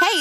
Hey,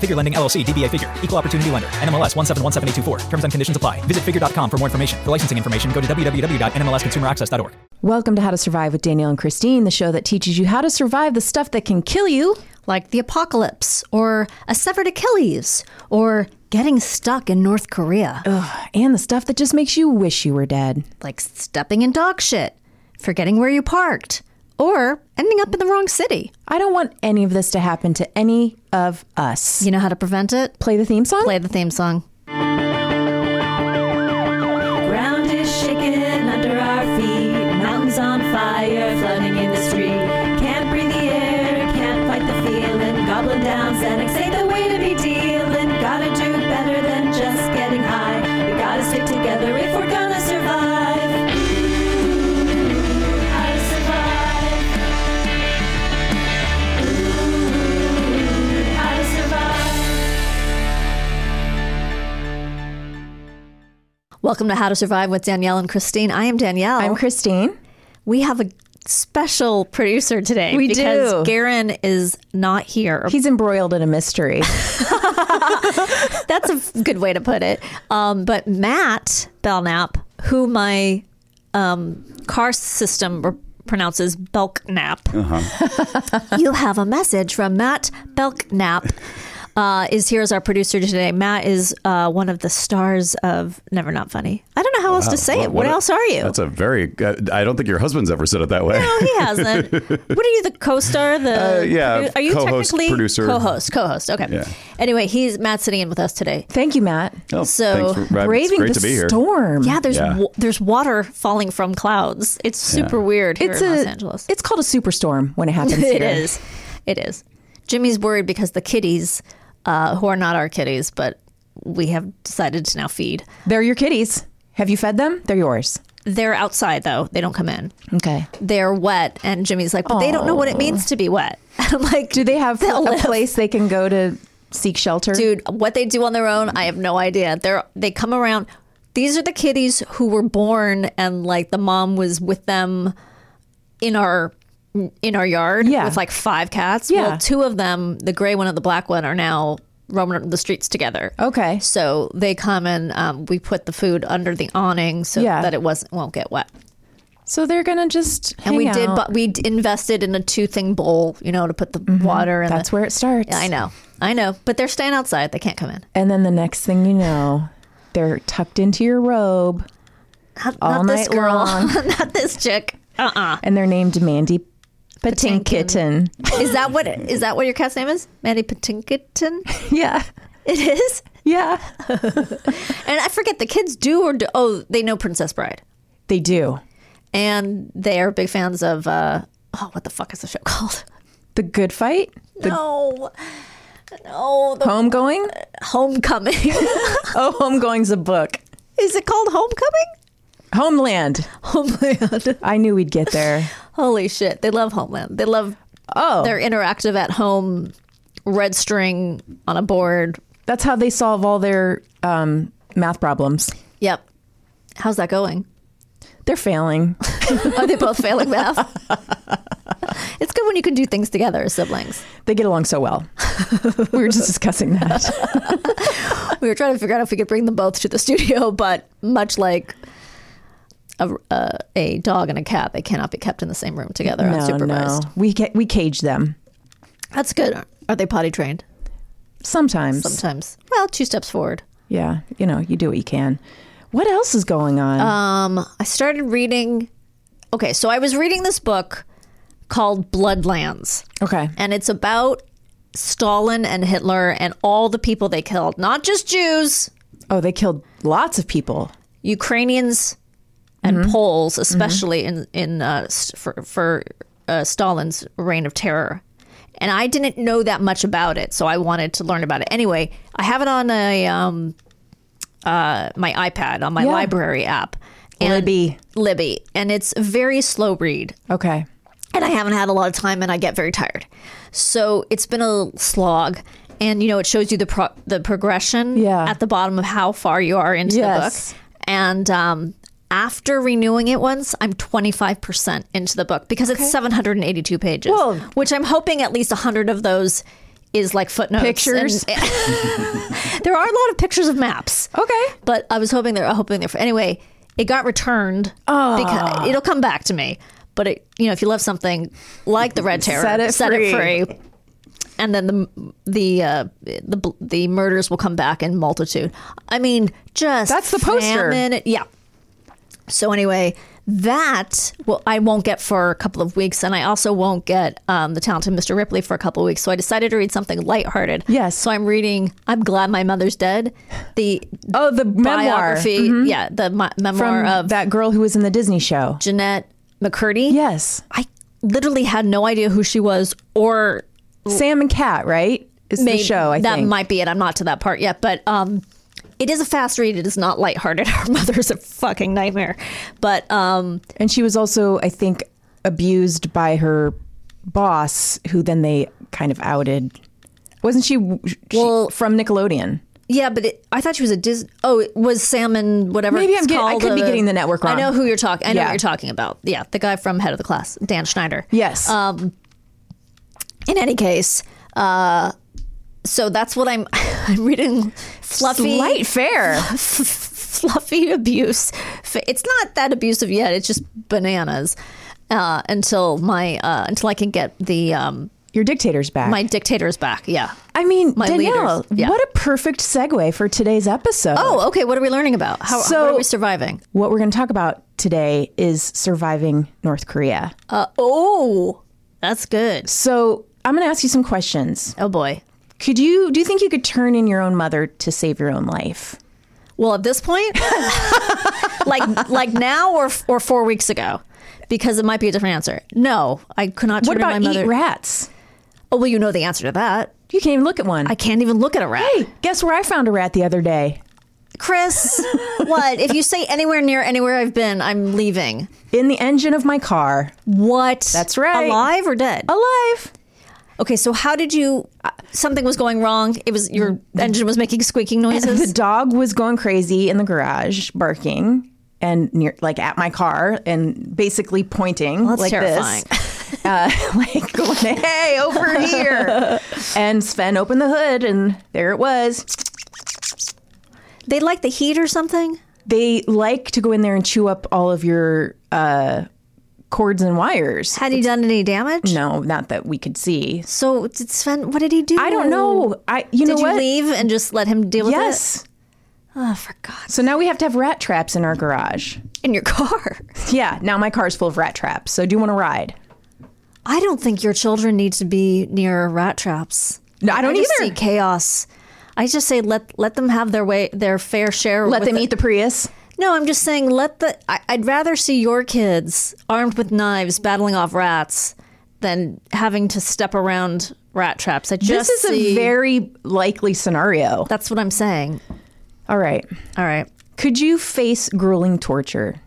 Figure Lending LLC, DBA Figure, Equal Opportunity Lender, NMLS 1717824. Terms and conditions apply. Visit figure.com for more information. For licensing information, go to www.nmlsconsumeraccess.org. Welcome to How to Survive with Danielle and Christine, the show that teaches you how to survive the stuff that can kill you, like the apocalypse, or a severed Achilles, or getting stuck in North Korea, Ugh, and the stuff that just makes you wish you were dead. like stepping in dog shit, forgetting where you parked, or ending up in the wrong city. I don't want any of this to happen to any of us. You know how to prevent it? Play the theme song? Play the theme song. Ground is shaking under our feet. Mountains on fire, flooding in the street. Can't breathe the air, can't fight the feeling. Goblin down, Xanax ain't the way to be dealing. Gotta do better than just getting high. We gotta stick together if we're gonna survive. Ooh, how to survive. Ooh, how to survive. Welcome to How to Survive with Danielle and Christine. I am Danielle. I'm Christine. we have a special producer today We because do. Garen is not here. He's embroiled in a mystery. That's a good way to put it. Um, but Matt Belknap, who my um, car system r- pronounces Belknap, Uh-huh. you have a message from Matt Belknap. Uh, is here as our producer today. Matt is uh, one of the stars of Never Not Funny. I don't know how else to say it. What, a- else are you? That's a very. uh, I don't think your husband's ever said it that way. No, he hasn't. what are you, the co-star? The Uh, yeah, are you co-host, technically producer. co-host? Co-host. Okay. Yeah. Anyway, he's Matt's sitting in with us today. Thank you, Matt. Oh, So, thanks for, uh, it's Braving great the to be here. storm. Yeah, there's Yeah. wa- there's water falling from clouds. It's super weird here It's in a Los Angeles. it's called a superstorm when it happens it here. is. It is. Jimmy's worried because the kitties, uh, who are not our kitties, but we have decided to now feed. They're your kitties. Have you fed them? They're yours. They're outside though; they don't come in. Okay. They're wet, and Jimmy's like, "But they don't know what it means to be wet." And I'm like, Do they have They'll a live. place they can go to seek shelter? dude what they do on their own i have no idea they're they come around these are the kitties who were born and like the mom was with them in our in our yard Yeah. with like five cats Yeah. well two of them the gray one and the black one are now roaming the streets together Okay. so they come and um, we put the food under the awning so Yeah. that it wasn't won't get wet So they're gonna just and we hang did out. but we d- invested in a two thing bowl you know to put the water and Mm-hmm. That's where it starts. i know i know but they're staying outside they can't come in And then the next thing you know, they're tucked into your robe, Not, All not this night girl. long. not this chick. Uh-uh. and they're named Mandy Patinkin. Patinkitten. Is that what is that what your cat's name is? Mandy Patinkinton? yeah, It is? yeah, And I forget the kids do or do, oh, they know Princess Bride. they do. And they are big fans of uh oh, what the fuck is the show called? The good fight, the No. No, the homegoing. homecoming. is Oh, homegoing's a book. it called homecoming? Homeland. Homeland. I knew we'd get there. Holy shit. They love Homeland. They love Oh, their interactive at home red string on a board. that's how they solve all their um, math problems. Yep. How's that going? They're failing. Are they both failing math? it's good when you can do things together as siblings. They get along so well. we were just discussing that. We were trying to figure out if we could bring them both to the studio, but much like a, a, a dog and a cat, they cannot be kept in the same room together unsupervised. We ca- we cage them That's good. Are they potty trained? sometimes. Sometimes. Well, two steps forward. Yeah, you know, you do what you can. What else is going on? Uh, I started reading. Okay, so I was reading this book called Bloodlands. okay. and it's about Stalin and Hitler and all the people they killed, not just Jews, Oh, they killed lots of people. Ukrainians, and Mm-hmm. Poles, especially in in uh, s- for for uh, Stalin's reign of terror. And I didn't know that much about it, so I wanted to learn about it. Anyway, I have it on a um, uh, my iPad on my Yeah. library app. And Libby. Libby, and it's a very slow read. Okay. and I haven't had a lot of time, and I get very tired. So it's been a slog, and you know it shows you the pro- the progression Yeah. at the bottom of how far you are into Yes. the book, and um, after renewing it once, I'm 25 percent into the book because it's 782 pages, Well- which I'm hoping at least 100 of those is like footnotes. Pictures. and- there are a lot of pictures of maps. Okay. But I was hoping they're hoping they're anyway. It got returned Ah. because it'll come back to me. But it, you know, if you love something like the Red Terror, Set it free. free, and then the the uh, the bl- the murders will come back in multitude. I mean, just That's the poster. famine- yeah. So anyway, that well, I won't get for a couple of weeks, and I also won't get um, the Talented Mr. Ripley for a couple of weeks. So I decided to read something lighthearted. Yes. So I'm reading. I'm glad my mother's dead. The Oh, the memoir Mm-hmm. biography. Yeah, the mi- memoir from of that girl who was in the Disney show. Jeanette McCurdy. Yes. I literally had no idea who she was or Sam and Cat, right? Is the show, I that think. might be it. I'm not to that part yet, but um, it is a fast read. It is not lighthearted. Her mother's a fucking nightmare, but um, and she was also, I think, abused by her boss, who then they kind of outed. Wasn't she, she Well- from Nickelodeon? yeah. But it, I thought she was a Dis. Oh, it was salmon. Whatever. Maybe I'm it's getting- I called, could be uh, getting the network I wrong. know who you're talking. I know Yeah. what you're talking about. Yeah, the guy from Head of the Class, Dan Schneider. Yes. in any case, uh, so that's what I'm. I'm reading fluffy, Light fare. fluffy abuse. F- It's not that abusive yet. It's just bananas uh, until my uh, until I can get the um, Your dictator's back. my dictators back. Yeah. I mean, my Danielle, leaders, yeah. what a perfect segue for today's episode. Oh, okay. What are we learning about? How, So- what are we surviving? What we're going to talk about today is surviving North Korea. Uh, oh, that's good. So I'm going to ask you some questions. Oh boy. Could you do you think you could turn in your own mother to save your own life? Well, at this point, like like now or or four weeks ago, because it might be a different answer. No, I could not. what turn in about my mother. eat rats? Oh well, you know the answer to that. You can't even look at one. I can't even look at a rat. hey, guess where I found a rat the other day? Chris, what? If you say anywhere near anywhere I've been, I'm leaving. In the engine of my car, What? That's right. Alive or dead? alive. Okay, so how did you? uh, Something was going wrong. It was your engine was making squeaking noises. The dog was going crazy in the garage, barking and near like at my car and basically pointing That's like terrifying. this. uh, like going, hey, over here. and Sven opened the hood, and there it was. They like the heat or something. They like to go in there and chew up all of your uh, cords and wires. Had he done any damage? No, not that we could see. So did Sven? What did he do? I don't know. I you know did you what? leave and just let him deal with it? Yes. Oh, for God's So now we have to have rat traps in our garage. in your car. Yeah. Now my car's full of rat traps. So do you want to ride? I don't think your children need to be near rat traps. No, I don't just either. See chaos. I just say let let them have their way, their fair share. Let with them it. eat the Prius. No, I'm just saying let the. I, I'd rather see your kids armed with knives battling off rats than having to step around rat traps. I just This is see- a very likely scenario. That's what I'm saying. All right. All right, Could you face grueling torture?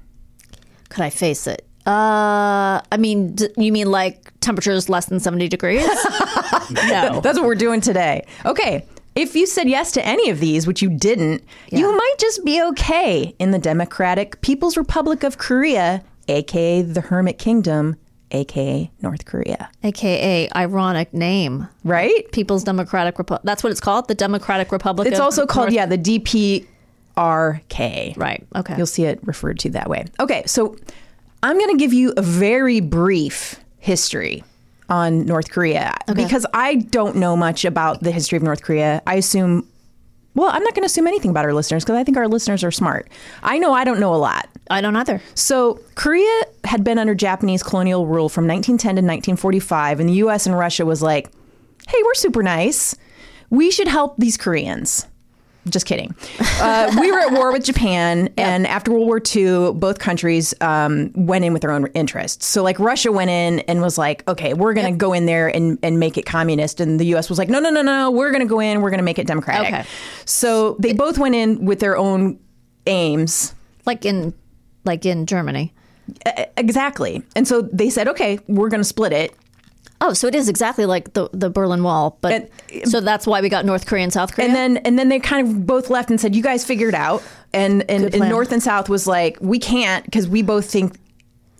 could I face it? Uh, I mean, d- you mean like temperatures less than seventy degrees? no. That's what we're doing today. Okay. if you said yes to any of these, which you didn't, you might just be okay in the Democratic People's Republic of Korea, aka the Hermit Kingdom, aka North Korea. AKA ironic name. Right? People's Democratic Republic. That's what it's called, the Democratic Republic. It's of also called, North- yeah, the DPRK. Right. Okay. You'll see it referred to that way. Okay, so I'm going to give you a very brief history on North Korea because I don't know much about the history of North Korea. I assume, well, I'm not going to assume anything about our listeners because I think our listeners are smart. I know I don't know a lot. I don't either. So, Korea had been under Japanese colonial rule from 1910 to 1945, and the US and Russia was like, hey, we're super nice. We should help these Koreans. Just kidding. Uh, we were at war with Japan, and after World War II, both countries um, went in with their own interests. So, like, Russia went in and was like, okay, we're going to go in there and, and make it communist. And the US was like, no, no, no, no, we're going to go in, we're going to make it democratic. Okay. So, they both went in with their own aims. Like in like in Germany. Exactly. And so they said, okay, we're going to split it. Oh, so it is exactly like the the Berlin Wall, but so that's why we got North Korea and South Korea. um, And then and then they kind of both left and said, you guys figure it out. And and, and plan. North and South was like, we can't because we both think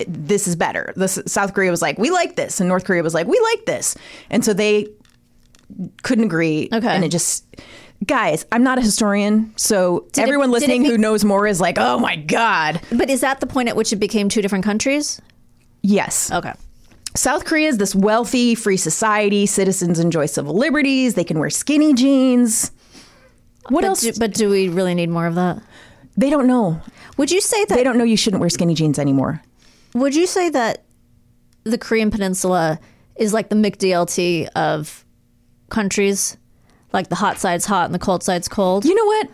this is better. The S- South Korea was like, we like this, and North Korea was like, we like this. And so they couldn't agree. Okay. And it just. Guys, I'm not a historian, so it- everyone did it listening who be- knows more is like, "Oh my god." but is that the point at which it became two different countries? Yes. Okay. South Korea is this wealthy, free society. Citizens enjoy civil liberties. They can wear skinny jeans. What But else? do, but do we really need more of that? they don't know. Would you say that They don't know you shouldn't wear skinny jeans anymore. Would you say that the Korean Peninsula is like the McDLT of countries? Like the hot side's hot and the cold side's cold? You know what?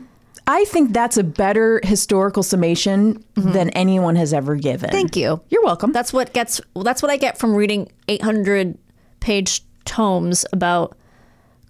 I think that's a better historical summation than anyone has ever given. Mm-hmm. Thank you. You're welcome. That's what gets well, that's what I get from reading 800 page tomes about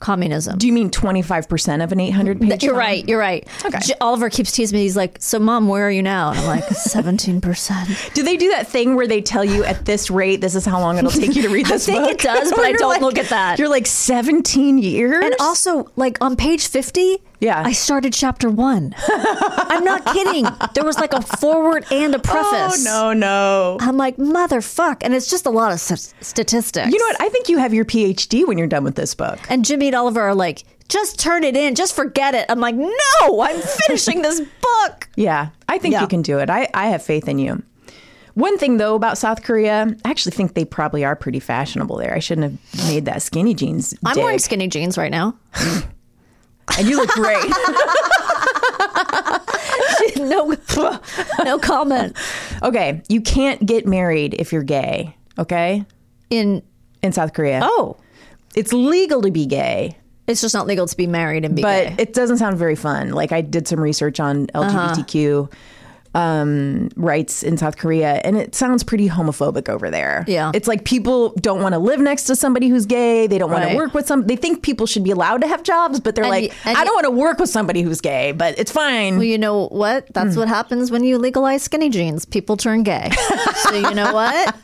communism. Do you mean 25% of an 800 page? You're tome? right. You're right. Okay. J- Oliver keeps teasing me. He's like, "So, mom, where are you now?" And I'm like, "17%." Do they do that thing where they tell you at this rate, this is how long it'll take you to read this think book? it does, but I You're don't look at that. You're like 17 years? And also, like on page 50, Yeah. I started chapter one. I'm not kidding. There was like a forward and a oh, preface. no, no. I'm like, motherfuck. And it's just a lot of s- statistics. You know what? I think you have your PhD when you're done with this book. and Jimmy and Oliver are like, just turn it in, just forget it. I'm like, no, I'm finishing this book. Yeah, I think Yeah. you can do it. I, I have faith in you. One thing though about South Korea, I actually think they probably are pretty fashionable there. I shouldn't have made that skinny jeans. I'm dig. wearing skinny jeans right now. and you look great. no, no comment. okay, you can't get married if you're gay. Okay, In in South Korea, oh, it's legal to be gay, it's just not legal to be married and be Uh-huh. but gay. it doesn't sound very fun. Like I did some research on LGBTQ um, rights in South Korea, and it sounds pretty homophobic over there. Yeah. it's like people don't want to live next to somebody who's gay. They don't want Right. to work with some. They think people should be allowed to have jobs, but they're And like, y- and I y- don't want to work with somebody who's gay. But it's fine. Well, you know what? That's what happens when you legalize skinny jeans. People turn gay. so you know what?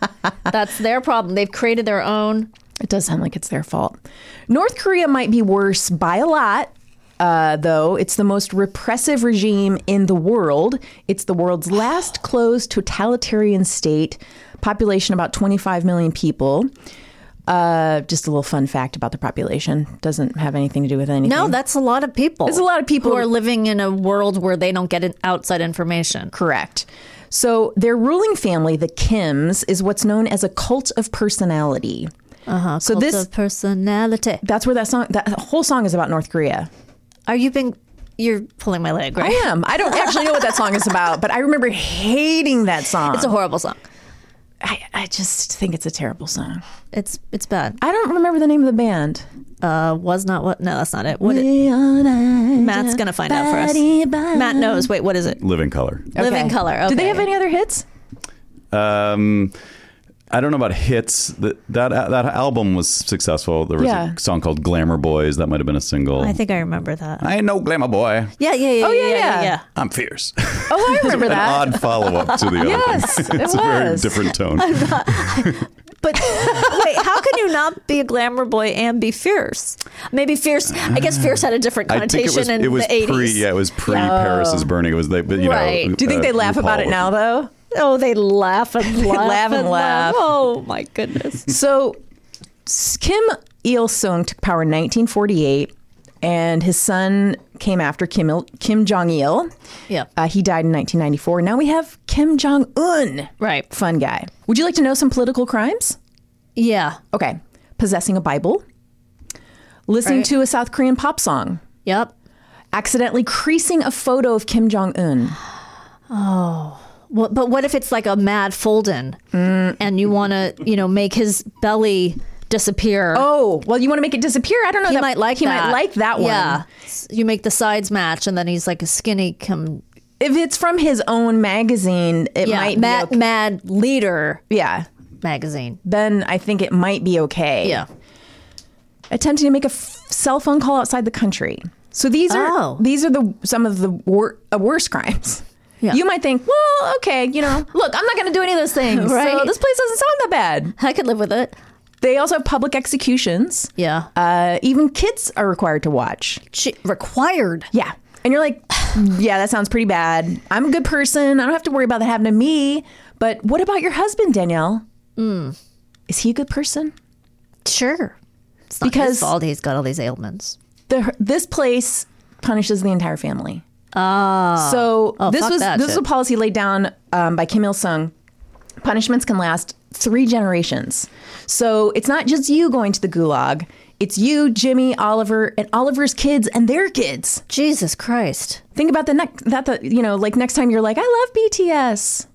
That's their problem. They've created their own. It does sound like it's their fault. North Korea might be worse by a lot. Uh, though it's the most repressive regime in the world, it's the world's last closed totalitarian state. Population about 25 million people. Uh, just a little fun fact about the population doesn't have anything to do with anything. No, that's a lot of people. Mm-hmm. There's a lot of people- who are living in a world where they don't get in- outside information. Correct. So their ruling family, the Kims, is what's known as a cult of personality. Uh-huh, so Cult this of personality. that's where that song that whole song is about North Korea. Are you being? You're pulling my leg, I right? am. I don't actually know what that song is about, but I remember hating that song. It's a horrible song. I, I just think it's a terrible song. It's it's bad. I don't remember the name of the band. Uh, was not what? No, that's not it. What? It, Matt's gonna find out for us. Matt knows. Wait, what is it? Living color. Live in Okay. color. Do they Okay. have any other hits? Um, I don't know about hits. That that, uh, that album was successful. There was Yeah. a song called "Glamour Boys" that might have been a single. I think I remember that. I ain't no glamour boy. Yeah, yeah, yeah. Oh, yeah, yeah. yeah. yeah. I'm fierce. Oh, I remember An that. odd follow up to the other. Yes, one. it it's a very was. different tone. But wait, how can you not be a glamour boy and be fierce? Maybe fierce. I guess fierce had a different Ah. I think connotation it was, in it was the eighties. pre. Yeah, it was pre Paris is burning. It was they, but, you know. Right. Oh. Do you think uh, they laugh about RuPaul it now, though? Oh, they laugh and laugh, laugh and laugh. Oh my goodness. So s- Kim Il Sung took power in 1948, and his son came after Kim Il- Kim Jong Il. Yeah. Uh, he died in 1994. Now we have Kim Jong Un. Right. Fun guy. Would you like to know some political crimes? Yeah. Okay. Possessing a Bible, listening Right. to a South Korean pop song, Yep. accidentally creasing a photo of Kim Jong Un. What, but what if it's like a mad Folden, and you want to, you know, make his belly disappear? Oh, well, you want to make it disappear? I don't know. he that- might like he that. might like that one. Yeah, S- you make the sides match, and then he's like a skinny come. If it's from his own magazine, it Yeah, might mad, be okay. mad leader yeah. magazine. Then I think it might be okay. Yeah, attempting to make a f- cell phone call outside the country. So these are Oh. these are the some of the wor- uh, worst crimes. Yeah. You might think, well, okay, you know, look, I'm not going to do any of those things. So Right. this place doesn't sound that bad. I could live with it. They also have public executions. Yeah, Uh, even kids are required to watch. She- required. Yeah. And you're like, yeah, that sounds pretty bad. I'm a good person. I don't have to worry about that happening to me. But what about your husband, Danielle? Hmm. Is he a good person? Sure, it's not Because- his fault he's got all these ailments. the this place punishes the entire family. Ah. So this Oh, fuck was that this was a shit. policy laid down um, by Kim Il Sung. Punishments can last three generations. So it's not just you going to the gulag. It's you, Jimmy, Oliver, and Oliver's kids and their kids. Jesus Christ. Think about the next that the you know like next time you're like I love BTS.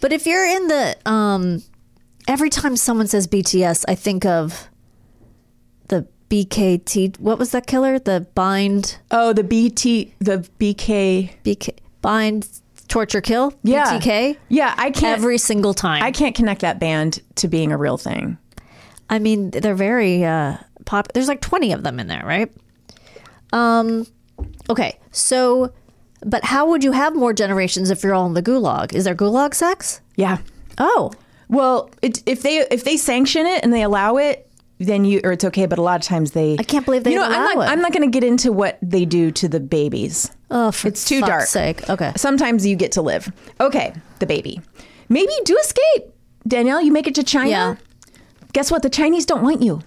But if you're in the um every time someone says BTS, I think of the BKT what was that killer? The bind Oh, the BT the BK. BK bind torture kill? Yeah. BTK? Yeah, I can't. Every single time. I I, can't connect that band to being a real thing. mean, they're very uh pop there's like 20 of them in there, right? Um okay. So but how would you have more generations if you're all in the gulag? Is there gulag sex? Yeah. Oh. Well, it, if they if they sanction it and they allow it, then you or it's okay. But a lot of times they, I can't believe they you know, allow I'm not, it. I'm not going to get into what they do to the babies. Oh, for It's too fuck's dark. Sake. Okay. Sometimes you get to live. Okay, the baby. Maybe you do escape, Danielle. You make it to China. Yeah. Guess what? The Chinese don't want you.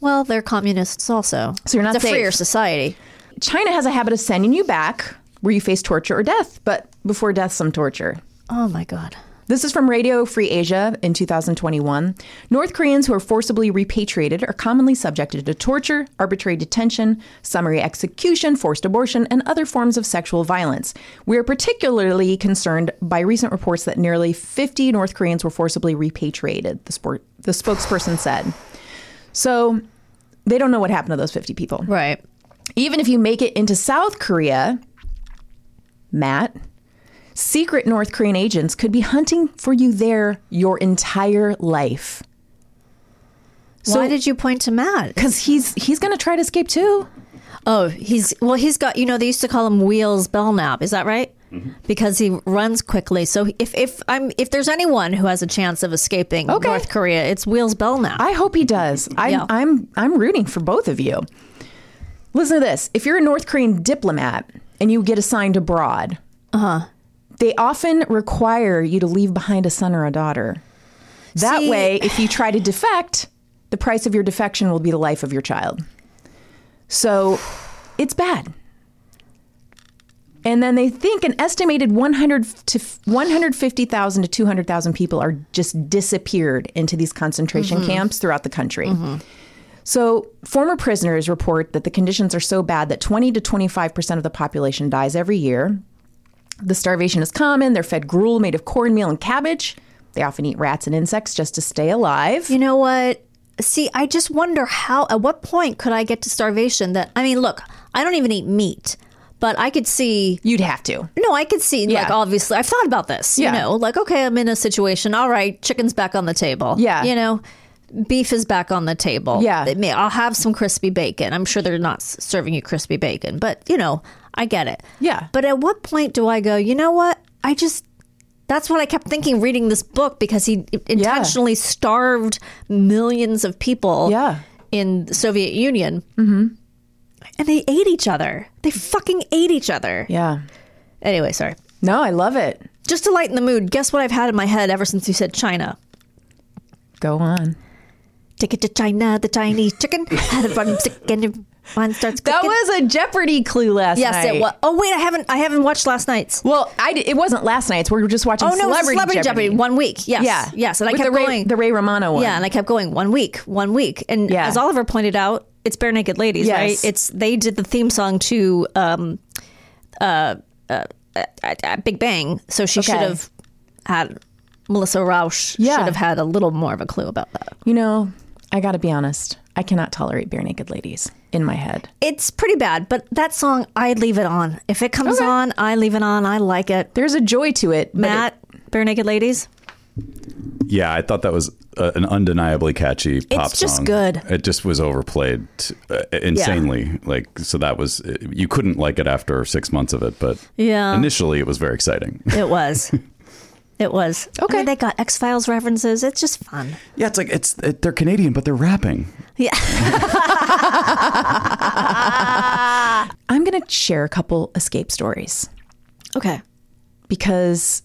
Well, they're communists also. So you're not it's a safe. freer society. China has a habit of sending you back where you face torture or death, but before death, some torture. Oh my god. This is from Radio Free Asia in 2021. North Koreans who are forcibly repatriated are commonly subjected to torture, arbitrary detention, summary execution, forced abortion, and other forms of sexual violence. We are particularly concerned by recent reports that nearly 50 North Koreans were forcibly repatriated, the, sport, the spokesperson said. So they don't know what happened to those 50 people. Right. Even if you make it into South Korea, Matt, secret North Korean agents could be hunting for you there your entire life. So- Why did you point to Matt? Because he's he's going to try to escape too. Oh, he's well. He's got you know they used to call him Wheels Belknap. Is that right? Because he runs quickly. So if if I'm if there's anyone who has a chance of escaping Okay. North Korea, it's Wheels Belknap. I hope he does. I'm Yeah. I'm I'm rooting for both of you. Listen to this. If you're a North Korean diplomat and you get assigned abroad, uh-huh. they often require you to leave behind a son or a daughter. That See- way, if you try to defect, the price of your defection will be the life of your child. So it's bad. And then they think an estimated 100 to 150,000 to 200,000 people are just disappeared into these concentration camps throughout the country. So, former prisoners report that the conditions are so bad that 20 to 25% of the population dies every year. The starvation is common. They're fed gruel made of cornmeal and cabbage. They often eat rats and insects just to stay alive. you know what? See, I just wonder how at what point could I get to starvation? That I mean, look, I don't even eat meat, but I could see You'd have to. No, I could see. Like, Yeah. obviously, I've thought about this. You Yeah. know, like, okay, I'm in a situation. All right, chicken's back on the table. Yeah. You know, beef is back on the table. Yeah. It may- I'll have some crispy bacon. I'm sure they're not s- serving you crispy bacon, but, you know, I get it. Yeah. But at what point do I go, you know what? I just, That's what I kept thinking reading this book because he intentionally starved millions of people Yeah. in the Soviet Union. Mm-hmm. And they ate each other. They fucking ate each other. Yeah. Anyway, sorry. No, I love it. Just to lighten the mood, guess what I've had in my head ever since you said China? Go on. Take it to China, the Chinese chicken. Had a bun stick and your mind starts That clicking. was a Jeopardy clue last Yes, night. it was. Oh wait, I haven't. I haven't watched last night's. Well, I di- it wasn't last night's. We were just watching oh no, it was Celebrity, Celebrity Jeopardy. One week. Yes. Yeah. Yes, and I With kept the Ray, going. The Ray Romano one. Yeah, and I kept going one week, one week, and Yeah. as Oliver pointed out, it's bare naked ladies, Yes. right? It's they did the theme song to um, uh, uh, uh, uh, Big Bang, so she Okay. should have had Melissa Rauch Yeah. should have had a little more of a clue about that. you know, I got to be honest. I cannot tolerate bare naked ladies in my head. It's pretty bad, but that song I leave it on. If it comes Okay. on, I leave it on. I like it. There's a joy to it, but it- Matt, bare naked ladies. Yeah, I thought that was uh, an undeniably catchy pop It's just song. good. It just was overplayed uh, insanely. Like so that was you couldn't like it after 6 months of it, but Yeah. initially it was very exciting. It was. It was I Okay. mean, they got X Files references. It's just fun. yeah, it's like it's it, they're Canadian but they're rapping. I'm going to share a couple escape stories Okay. because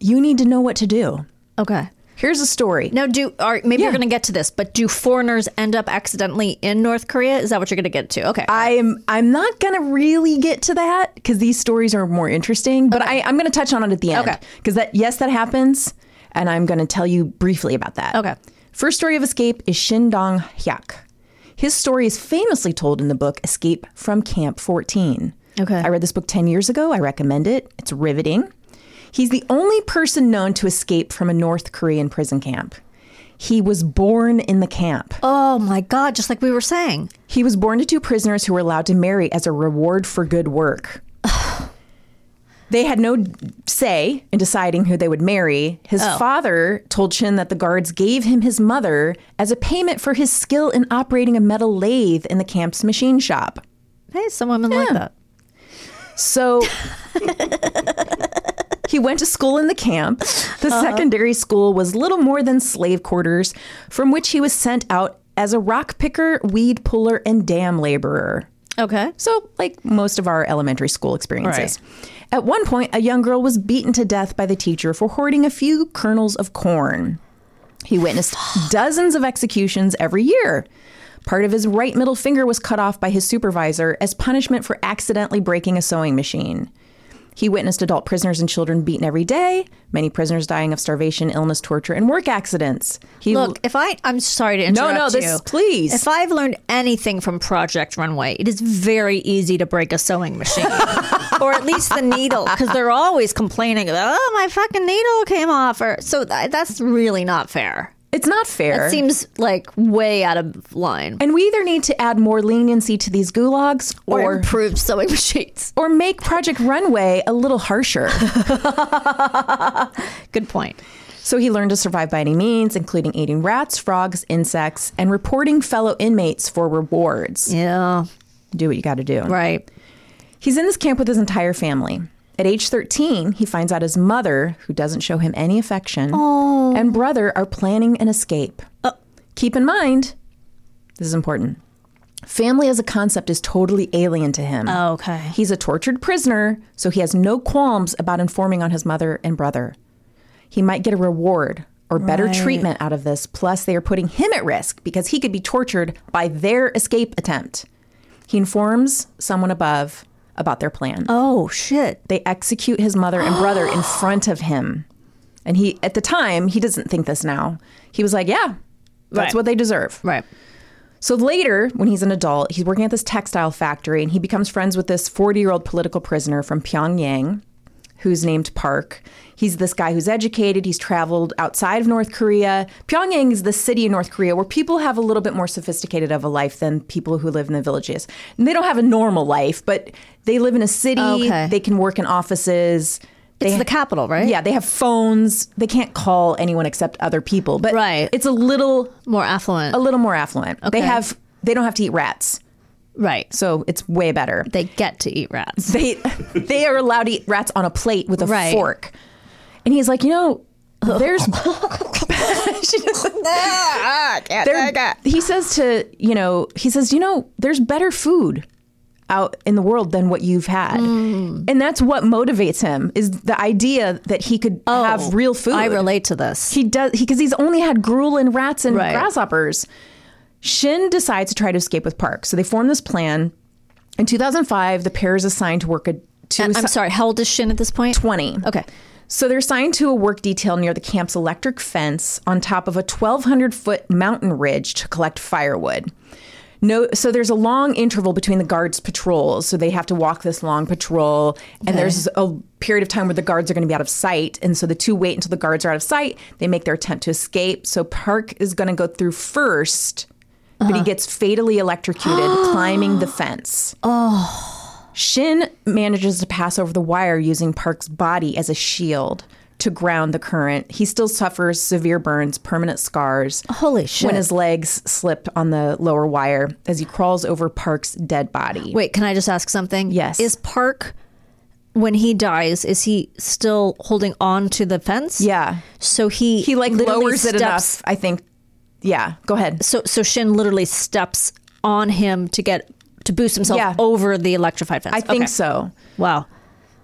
you need to know what to do. Okay. Here's a story. Now, do or maybe Yeah. you're going to get to this, but do foreigners end up accidentally in North Korea? Is that what you're going to get to? Okay. I'm I'm not gonna really get to that because these stories are more interesting, but I, I'm gonna touch on it at the end. Okay. Because that yes, that happens, and I'm gonna tell you briefly about that. Okay. First story of escape is Shindong Hyak. His story is famously told in the book Escape from Camp 14. Okay. I read this book 10 years ago. I recommend it. It's riveting. He's the only person known to escape from a North Korean prison camp. He was born in the camp. oh my God! Just like we were saying. He was born to two prisoners who were allowed to marry as a reward for good work. they had no say in deciding who they would marry. His father told Shin that the guards gave him his mother as a payment for his skill in operating a metal lathe in the camp's machine shop. Hey, some women like that. So he went to school in the camp. The secondary school was little more than slave quarters, from which he was sent out as a rock picker, weed puller, and dam laborer. Okay. So, Oh, like most of our elementary school experiences. At one point, a young girl was beaten to death by the teacher for hoarding a few kernels of corn. He witnessed dozens of executions every year. Part of his right middle finger was cut off by his supervisor as punishment for accidentally breaking a sewing machine. He witnessed adult prisoners and children beaten every day, many prisoners dying of starvation, illness, torture, and work accidents. He Look, if I, I'm sorry to No, interrupt no, this- you. please. If I've learned anything from Project Runway, it is very easy to break a sewing machine, or at least the needle, because they're always complaining. Oh, my fucking needle came off, or so th- that's really not fair. it's not fair. It seems like way out of line. and we either need to add more leniency to these gulags Or, or improved sewing machines. or make Project Runway a little harsher. Good point. so he learned to survive by any means, including eating rats, frogs, insects, and reporting fellow inmates for rewards. Yeah. Do what you got to do. Right. He's in this camp with his entire family. At age 13, he finds out his mother, who doesn't show him any affection, and brother are planning an escape. Uh. Keep in mind, this is important. Family as a concept is totally alien to him. Oh, Okay. He's a tortured prisoner, so he has no qualms about informing on his mother and brother. He might get a reward or better treatment out of this, plus, they are putting him at risk because he could be tortured by their escape attempt. He informs someone above about their plan. Oh shit. They execute his mother and brother in front of him. And he, at the time, he doesn't think this now. He was like, yeah, that's Right. what they deserve. Right. So later, when he's an adult, he's working at this textile factory and he becomes friends with this 40 year old political prisoner from Pyongyang who's named Park. He's this guy who's educated, he's traveled outside of North Korea. Pyongyang is the city in North Korea where people have a little bit more sophisticated of a life than people who live in the villages. And they don't have a normal life, but they live in a city, Okay. they can work in offices. It's They- the capital, right? Yeah, they have phones. They can't call anyone except other people. But Right. it's a little More affluent. a little more affluent. They Okay. have they don't have to eat rats, right. So so it's way better. they get to eat rats. They they are allowed to eat rats on a plate with a Right. fork. And he's like, you know, there's. she just, Ah, there- he says to you know he says you know there's better food out in the world than what you've had Mm. and that's what motivates him is the idea that he could have real food Oh, I relate to this. he does because he's only had gruel and rats and Right. grasshoppers. Shin decides to try to escape with Park, so they form this plan. In 2005, the pair is assigned to work a to And assi- I'm sorry, how old is Shin at this point? 20. Okay. So they're assigned to a work detail near the camp's electric fence on top of a 1,200 foot mountain ridge to collect firewood. No, so there's a long interval between the guards' patrols, so they have to walk this long patrol, and there's a period of time where the guards are going to be out of sight, and so the two wait until the guards are out of sight. They make their attempt to escape. So Park is going to go through 1st but he gets fatally electrocuted climbing the fence. Oh. Shin manages to pass over the wire using Park's body as a shield to ground the current. He still suffers severe burns, permanent scars. Holy shit. When his legs slip on the lower wire as he crawls over Park's dead body. Wait, can I just ask something? Yes. Is Park when he dies, is he still holding on to the fence? Yeah. So he He like literally lowers it steps- enough, I think. Yeah, go ahead. So so Shin literally steps on him to get to boost himself Yeah. over the electrified fence. I think Okay. so. Wow.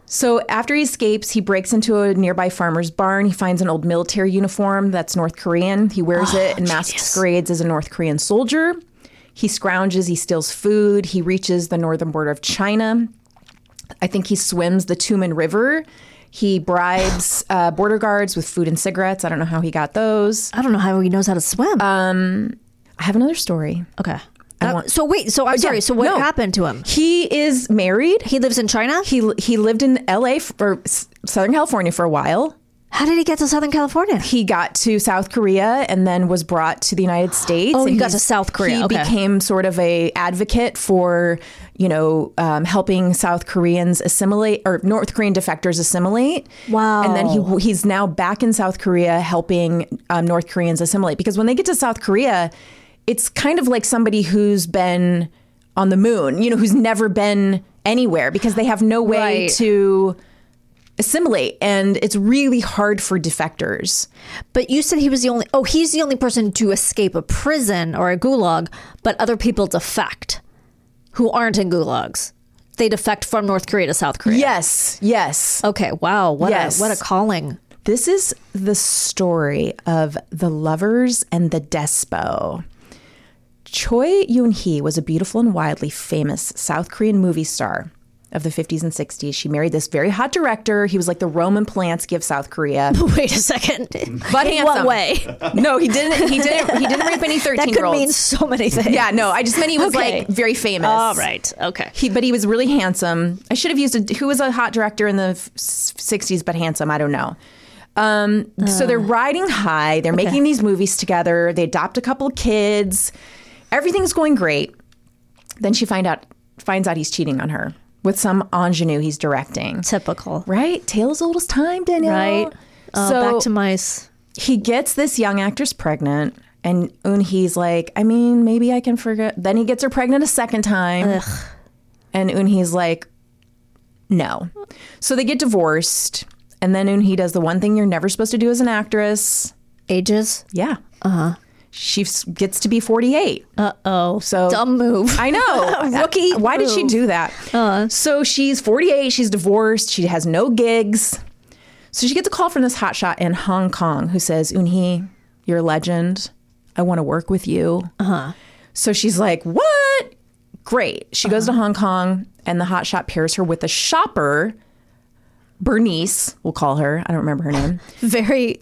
So after he escapes, he breaks into a nearby farmer's barn. He finds an old military uniform that's North Korean. He wears Oh, it and masquerades as a North Korean soldier. He scrounges, he steals food, he reaches the northern border of China. I think he swims the Tumen River. He bribes uh, border guards with food and cigarettes. I don't know how he got those. I don't know how he knows how to swim. Um, I have another story. okay. Uh, so wait, so I'm sorry. So what Oh, no. happened to him? He is married. He lives in China? He he lived in L.A. for Southern California for a while. How did he get to Southern California? he got to South Korea and then was brought to the United States. Oh, he and got to he's- South Korea. He Okay. became sort of a advocate for you know um, helping South Koreans assimilate or North Korean defectors assimilate. Wow. And then he he's now back in South Korea helping um, North Koreans assimilate because when they get to South Korea, it's kind of like somebody who's been on the moon, you know, who's never been anywhere because they have no way Right. to assimilate and it's really hard for defectors. But you said he was the only. Oh, he's the only person to escape a prison or a gulag, but other people defect who aren't in gulags. They defect from North Korea to South Korea. Yes, yes. Okay. Wow. What Yes. a what a calling. This is the story of the lovers and the despo. Choi Yoon Hee was a beautiful and wildly famous South Korean movie star of the 50s and 60s. She married this very hot director. He was like the Roman Polanski of South Korea. Wait a second. But in handsome. what way? no, he didn't. He didn't. He didn't rape any 13 That year could olds. mean so many things. yeah, no. I just meant he was Okay. like very famous. All right. Okay. He, but he was really handsome. I should have used a, who was a hot director in the f- s- 60s, but handsome. I don't know. Um, so they're riding high. They're making these movies together. They adopt a couple of kids. Everything's going great. Then she find out finds out he's cheating on her with some ingenue he's directing. Typical. Right? Tale as old as time, Danielle. Right. Uh, so back to mice. he gets this young actress pregnant. And Eun He's like, I mean, maybe I can forget. Then he gets her pregnant a second time. And Eun He's like, no. So they get divorced. And then Eun Hee does the one thing you're never supposed to do as an actress. Ages. Yeah. Uh huh. Uh-huh. She s- gets to be 48. Uh oh. So Dumb move. I know. Rookie Why did she move. Uh-huh. do that? So she's 48. She's divorced. She has no gigs. So she gets a call from this hotshot in Hong Kong who says, Unhee, you're a legend. I want to work with you. Uh-huh. So she's like, What? Great. She goes Uh-huh. to Hong Kong, and the hotshot pairs her with a shopper, Bernice, we'll call her. I don't remember her name. Very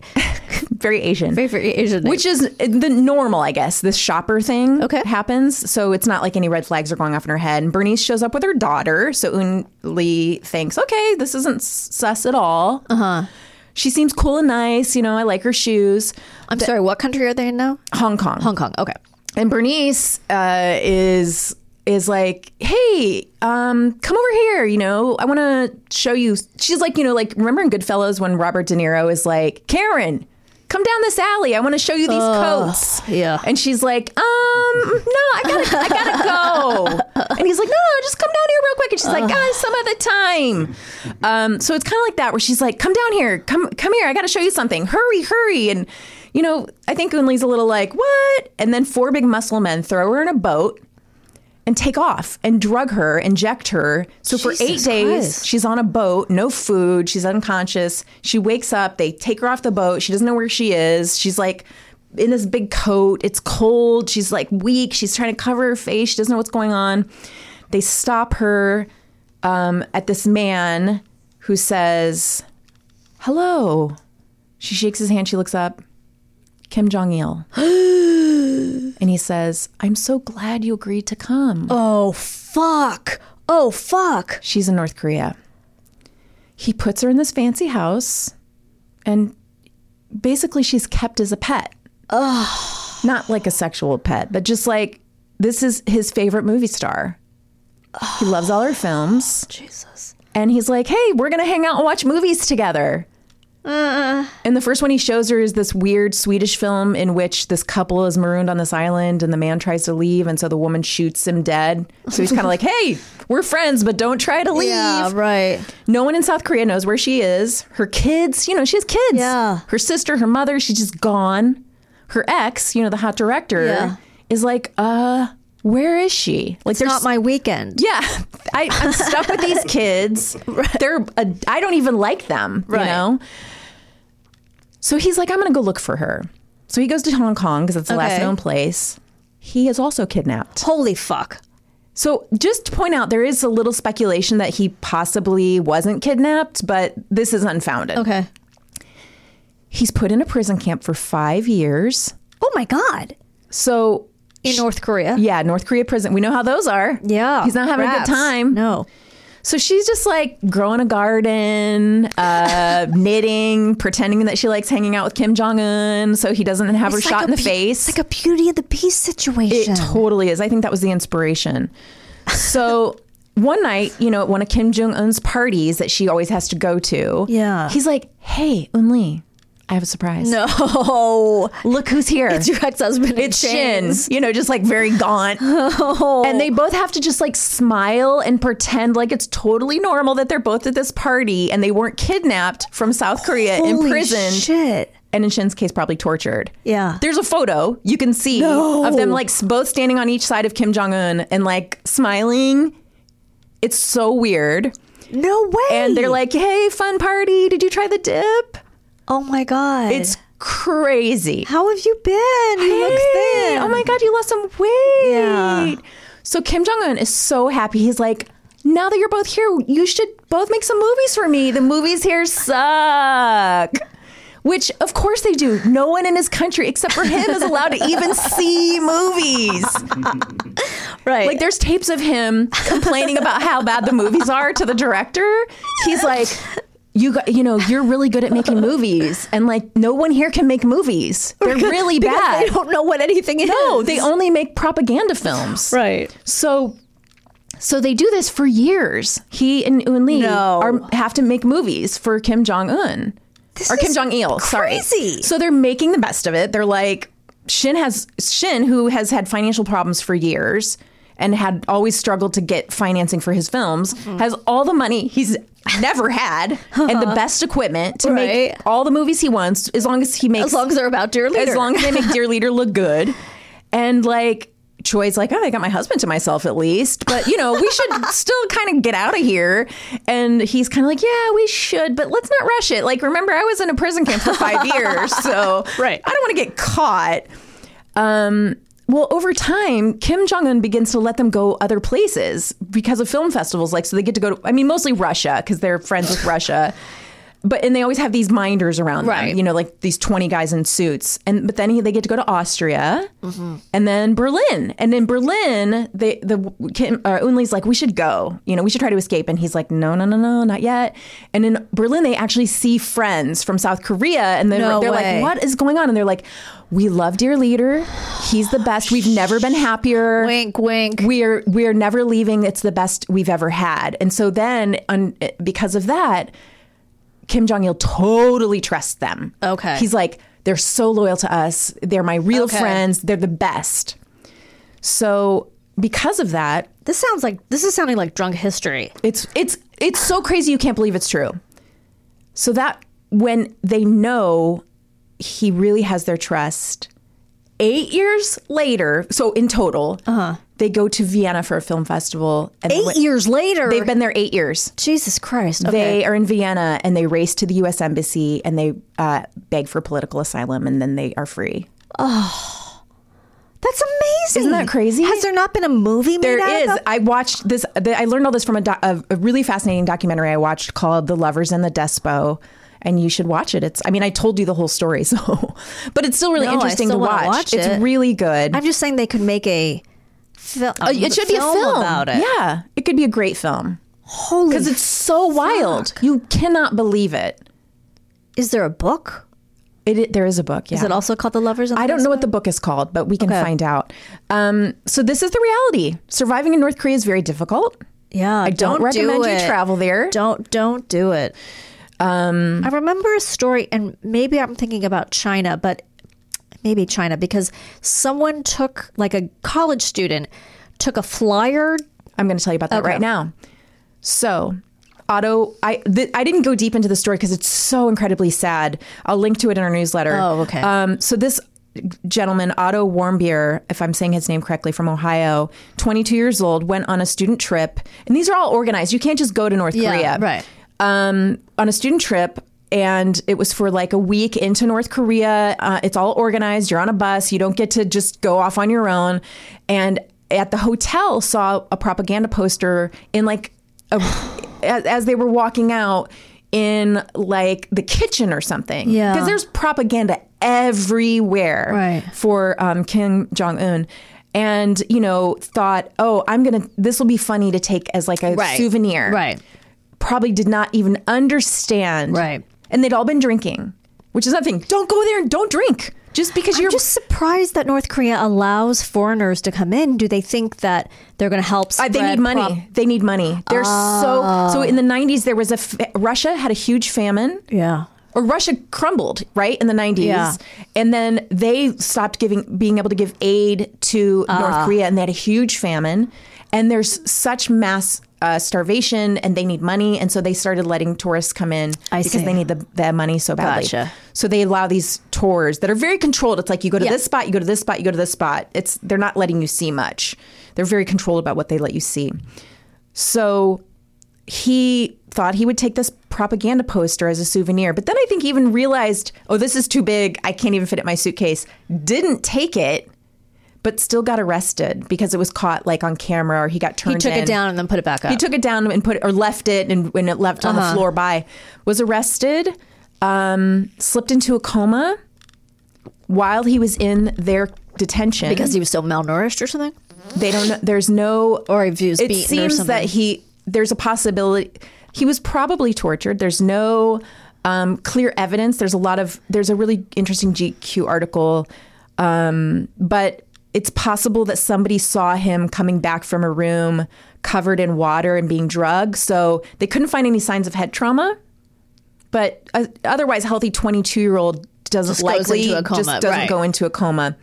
Very Asian. very very Asian. Which is the normal, I guess. This shopper thing Okay. happens, so it's not like any red flags are going off in her head. And Bernice shows up with her daughter, so Un Lee thinks, okay, this isn't s- sus at all. Uh Uh-huh. huh. She seems cool and nice, you know. I like her shoes. I'm sorry. What country are they in now? Hong Kong. Hong Kong. Okay. And Bernice uh, is is like, hey, um, come over here. You know, I want to show you. She's like, you know, like remember in Goodfellas when Robert De Niro is like, Karen, come down this alley. I want to show you these coats. yeah. And she's like, um, no, I gotta, I gotta go. And he's like, no, no, just come down here real quick. And she's like, guys, some other time. Um, so it's kind of like that where she's like, come down here, come, come here. I gotta show you something. Hurry, hurry. And you know, I think Unli's a little like, what? And then four big muscle men throw her in a boat and take off and drug her, inject her. So for eight Jesus days, Christ. she's on a boat, no food, she's unconscious. She wakes up, they take her off the boat, she doesn't know where she is. She's like in this big coat, it's cold, she's like weak, she's trying to cover her face, she doesn't know what's going on. They stop her um, at this man who says, Hello. She shakes his hand, she looks up. Kim Jong il. and he says, I'm so glad you agreed to come. Oh fuck. Oh fuck. She's in North Korea. He puts her in this fancy house, and basically, she's kept as a pet. Ugh. Not like a sexual pet, but just like this is his favorite movie star. He loves all her films. Jesus. And he's like, hey, we're going to hang out and watch movies together. Uh. And the first one he shows her is this weird Swedish film in which this couple is marooned on this island and the man tries to leave. And so the woman shoots him dead. So he's kind of like, hey, we're friends, but don't try to leave. Yeah, right. No one in South Korea knows where she is. Her kids, you know, she has kids. Yeah. Her sister, her mother, she's just gone. Her ex, you know, the hot director, Yeah. is like, uh, where is she? Like, It's not my weekend. yeah, I, I'm stuck with these kids. They're a, I don't even like them. Right. You know. So he's like, I'm going to go look for her. So he goes to Hong Kong because it's the last Okay. known place. He is also kidnapped. Holy fuck. So just to point out, there is a little speculation that he possibly wasn't kidnapped, but this is unfounded. Okay. He's put in a prison camp for five years. Oh my god. So In North Korea. yeah, North Korea prison. We know how those are. Yeah. He's not having Rats. a good time. No. So she's just like growing a garden, uh, knitting, pretending that she likes hanging out with Kim Jong Un, so he doesn't have her It's shot like in the a Be- face. It's like a Beauty and the Beast situation. It totally is. I think that was the inspiration. So one night, you know, at one of Kim Jong Un's parties that she always has to go to, Yeah. he's like, "Hey, Un Lee, I have a surprise. no. Look who's here! Oh. It's your ex-husband. in It's Shin. chains. You know, just like very gaunt." Oh. And they both have to just like smile and pretend like it's totally normal that they're both at this party and they weren't kidnapped from South Korea, Holy imprisoned, Shit. and in Shin's case, probably tortured. Yeah. There's a photo you can see of them like s- both standing on each side of Kim Jong un and like smiling. It's so weird. No way. And they're like, hey, fun party. Did you try the dip? oh my god. It's crazy. how have you been? You look Hey, thin. Oh my God, you lost some weight. Yeah. So Kim Jong Un is so happy. He's like, now that you're both here, you should both make some movies for me. The movies here suck. Which, of course, they do. No one in his country except for him is allowed to even see movies. Right. Like, there's tapes of him complaining about how bad the movies are to the director. He's like, you got, you know, you're really good at making movies, and like, no one here can make movies. They're really Because bad. They don't know what anything is. No, they only make propaganda films. Right. So so they do this for years. He and Un Lee No. are, have to make movies for Kim Jong Un or Kim is Jong Il. Sorry. crazy. So they're making the best of it. They're like Shin has Shin, who has had financial problems for years and had always struggled to get financing for his films, Mm-hmm. has all the money he's never had and the best equipment to Right. make all the movies he wants, as long as he makes As long as they're about dear leader. as long as they make Dear Leader look good. And like, Choi's like, oh, I got my husband to myself at least, but you know, we should still kind of get out of here. And he's kind of like, yeah, we should, but let's not rush it. Like, remember, I was in a prison camp for five years, so Right. I don't want to get caught. Um, well, over time, Kim Jong Un begins to let them go other places because of film festivals. Like, so they get to go to, I mean, mostly Russia because they're friends with Russia. But and they always have these minders around Right. them, you know, like these twenty guys in suits. And but then he, they get to go to Austria, and then Berlin. And in Berlin, they the Kim, uh, Unli's like, we should go. You know, we should try to escape. And he's like, no, no, no, no, not yet. And in Berlin, they actually see friends from South Korea, and they're, No they're way. like, what is going on? And they're like, we love dear leader. He's the best. We've never been happier wink, wink. we are we are never leaving. It's the best we've ever had. And so then, un, because of that, Kim Jong Il totally trusts them. Okay. he's like, They're so loyal to us. They're my real Okay. friends. They're the best. So because of that, This sounds like this is sounding like drunk history. it's it's it's so crazy you can't believe it's true. So that when they know he really has their trust, eight years later, so in total, they go to Vienna for a film festival. And Uh-huh. Eight when- years later, They've been there eight years. Jesus Christ. They are in Vienna and they race to the U.S. embassy and they uh, beg for political asylum and then they are free. That's amazing. Isn't that crazy? Has there not been a movie made out There of is. that? I watched this. The, I learned all this from a, doc, a, a really fascinating documentary I watched called "The Lovers and the Despo," and you should watch it. It's. I mean, I told you the whole story, so, but it's still really No, I interesting still to wanna watch. watch It's it. really good. I'm just saying they could make a film. Uh, it should be a film about it. Yeah, it could be a great film Holy. because it's so wild. You cannot believe it. Is there a book? It, it- there is a book. Yeah. Is it also called The Lovers? On I don't know what the book is called, but we can find out. Um, so this is the reality. Surviving in North Korea is very difficult. Yeah, I don't, do recommend it. you travel there. Don't don't do it. Um, I remember a story, and maybe I'm thinking about China, but maybe China because someone took like a college student took a flyer. I'm going to tell you about that right now. So, Otto, I th- I didn't go deep into the story because it's so incredibly sad. I'll link to it in our newsletter. Oh, okay. Um, so this gentleman, Otto Warmbier, if I'm saying his name correctly, from Ohio, 22 years old, went on a student trip, and these are all organized. You can't just go to North Korea, right. um, on a student trip and it was for like a week into North Korea. Uh, it's all organized. You're on a bus. You don't get to just go off on your own. And at the hotel, saw a propaganda poster in like a, as, as they were walking out in like the kitchen or something. Yeah. because there's propaganda everywhere Right. for um, Kim Jong Un. And you know, thought, oh, I'm gonna. This will be funny to take as like a Right. souvenir Right. probably did not even understand. Right. And they'd all been drinking, which is nothing. Don't go there and don't drink just because I'm you're just surprised that North Korea allows foreigners to come in. Do they think that they're going to help? Uh, Spread they need money. prop- they need money. They're so Ah. so. In the '90s, there was a f- Russia had a huge famine. yeah. or Russia crumbled, right, in the 90s. Yeah. And then they stopped giving being able to give aid to Ah. North Korea and they had a huge famine. And there's such mass uh, starvation and they need money. And so they started letting tourists come in I because see. they need the, the money so badly. Gotcha. So they allow these tours that are very controlled. It's like you go to Yeah. this spot, you go to this spot, you go to this spot. It's They're not letting you see much. They're very controlled about what they let you see. So he thought he would take this propaganda poster as a souvenir, but then I think he even realized, oh, this is too big. I can't even fit it in my suitcase. Didn't take it, but still got arrested because it was caught like on camera or he got He turned. took in. it down and then put it back up. He took it down and put it, or left it and when it left on Uh-huh. the floor by was arrested, um, slipped into a coma while he was in their detention because he was so malnourished or something. they don't know there's no Or if he was it beaten or seems that something. he there's a possibility he was probably tortured there's no um, clear evidence there's a lot of there's a really interesting gq article um, but it's possible that somebody saw him coming back from a room covered in water and being drugged so they couldn't find any signs of head trauma but a otherwise healthy 22 year old doesn't Just goes likely into a coma, just doesn't right. go into a coma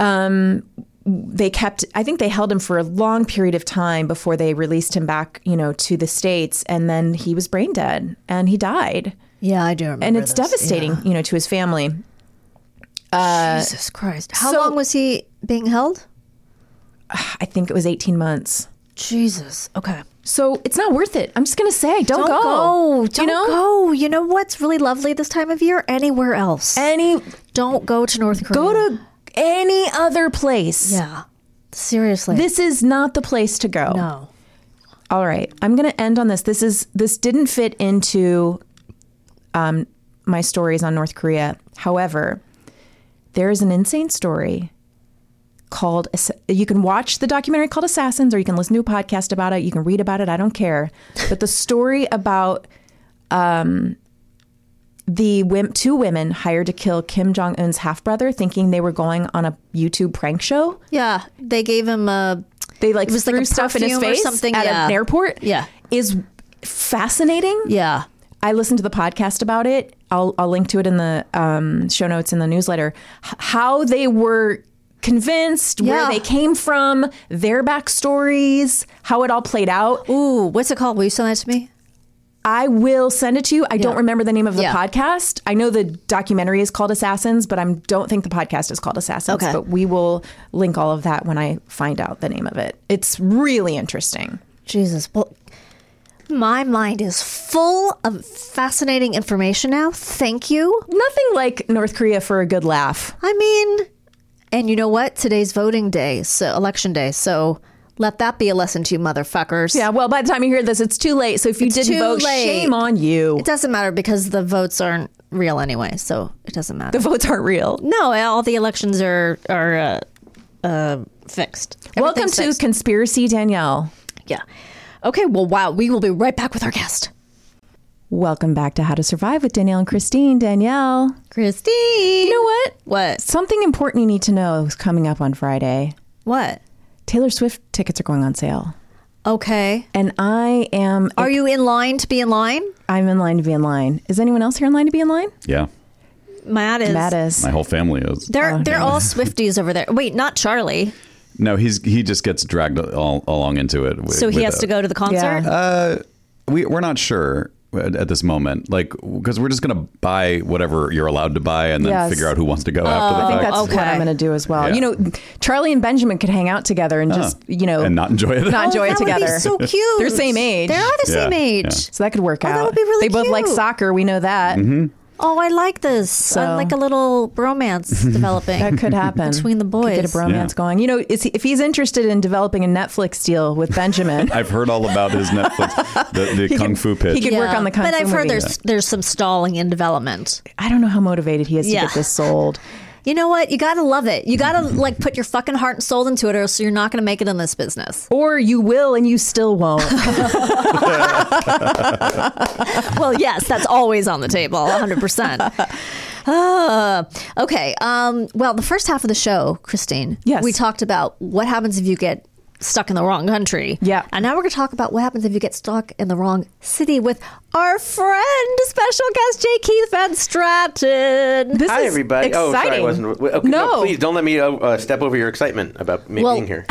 Um, they kept i think they held him for a long period of time before they released him back you know to the states and then he was brain dead and he died Yeah, I do remember. and it's this. devastating you know to his family Jesus Christ. How so- long was he being held? i think it was 18 months Jesus. Okay. so it's not worth it i'm just gonna say don't, go. Don't you know go. You know what's really lovely this time of year? Anywhere else. any don't go to North Korea. go to any other place Yeah. Seriously. this is not the place to go no. All right, I'm going to end on this. This is this didn't fit into um, my stories on North Korea. However, there is an insane story called Ass- you can watch the documentary called Assassins or you can listen to a podcast about it. You can read about it. I don't care. But the story about um, the wim- two women hired to kill Kim Jong Un's half brother, thinking they were going on a YouTube prank show. Yeah. They gave him a. They like It was like threw a stuff in his perfume or face something, at yeah. an airport. Yeah. is fascinating. Yeah. I listened to the podcast about it. I'll, I'll link to it in the um, show notes in the newsletter. H- how they were convinced, Yeah. where they came from, their backstories, how it all played out. Ooh, what's it called? Will you send that to me? I will send it to you. I don't remember the name of the Yeah. podcast. I know the documentary is called Assassins, but I don't think the podcast is called Assassins. Okay. But we will link all of that when I find out the name of it. It's really interesting. Jesus. Well, my mind is full of fascinating information now. Thank you. Nothing like North Korea for a good laugh. I mean, and you know what? Today's voting day, so election day. So let that be a lesson to you, motherfuckers. Yeah, well, by the time you hear this, it's too late. So if you didn't too vote, late. shame on you. It doesn't matter because the votes aren't real anyway, so it doesn't matter. The votes aren't real. no, all the elections are are uh, uh, fixed. Welcome Everything's to fixed. Conspiracy Danielle. yeah. Okay. Well, wow. We will be right back with our guest, Welcome back to How to Survive with Danielle and Christine. Danielle, Christine. you know what? What? Something important you need to know is coming up on Friday. What? Taylor Swift tickets are going on sale. Okay. And I am Are you in line to be in line? I'm in line to be in line. Is anyone else here in line to be in line? Yeah. Matt is. That is. My whole family is. They're they're all Swifties over there. Wait, not Charlie. No, he's he just gets dragged all, along into it. So he has to go to the concert. Yeah. We, we're not sure at, at this moment, like because we're just gonna buy whatever you're allowed to buy, and then Yes. Oh, figure out who wants to go after the I think fact. that's okay. what I'm going to do as well. Yeah. You know, Charlie and Benjamin could hang out together and just, you know, Uh-huh. and not enjoy it. not enjoy it Oh, that together. Would be so cute. They're same age. They are the Yeah, same age. yeah. so that could work Oh, out. that would be really They both like cute. soccer. We know that. Mm-hmm. Oh, I like this. I like a little romance developing. That could happen Between the Could get a boys. bromance Yeah. going. You know, is he, if he's interested in developing a Netflix deal with Benjamin, I've heard all about his Netflix, the, the He Kung could- Fu he pitch. could work on the Kung but Fu I've heard movie. there's there's some stalling in development. I don't know how motivated he is Yeah. to get this sold. You know what? You gotta love it. You gotta like put your fucking heart and soul into it, or else you're not gonna make it in this business. Or you will and you still won't. Well, yes, that's always on the table, 100. percent Ah, okay. Um, well, the first half of the show, Christine, Yes. we talked about what happens if you get stuck in the wrong country. Yeah. And now we're going to talk about what happens if you get stuck in the wrong city with our friend, special guest Jay Keith Van Stratton. This Hi, is everybody. Exciting. Oh, sorry, I wasn't. Okay, no. No. please don't let me uh, uh, step over your excitement about me Well- being here.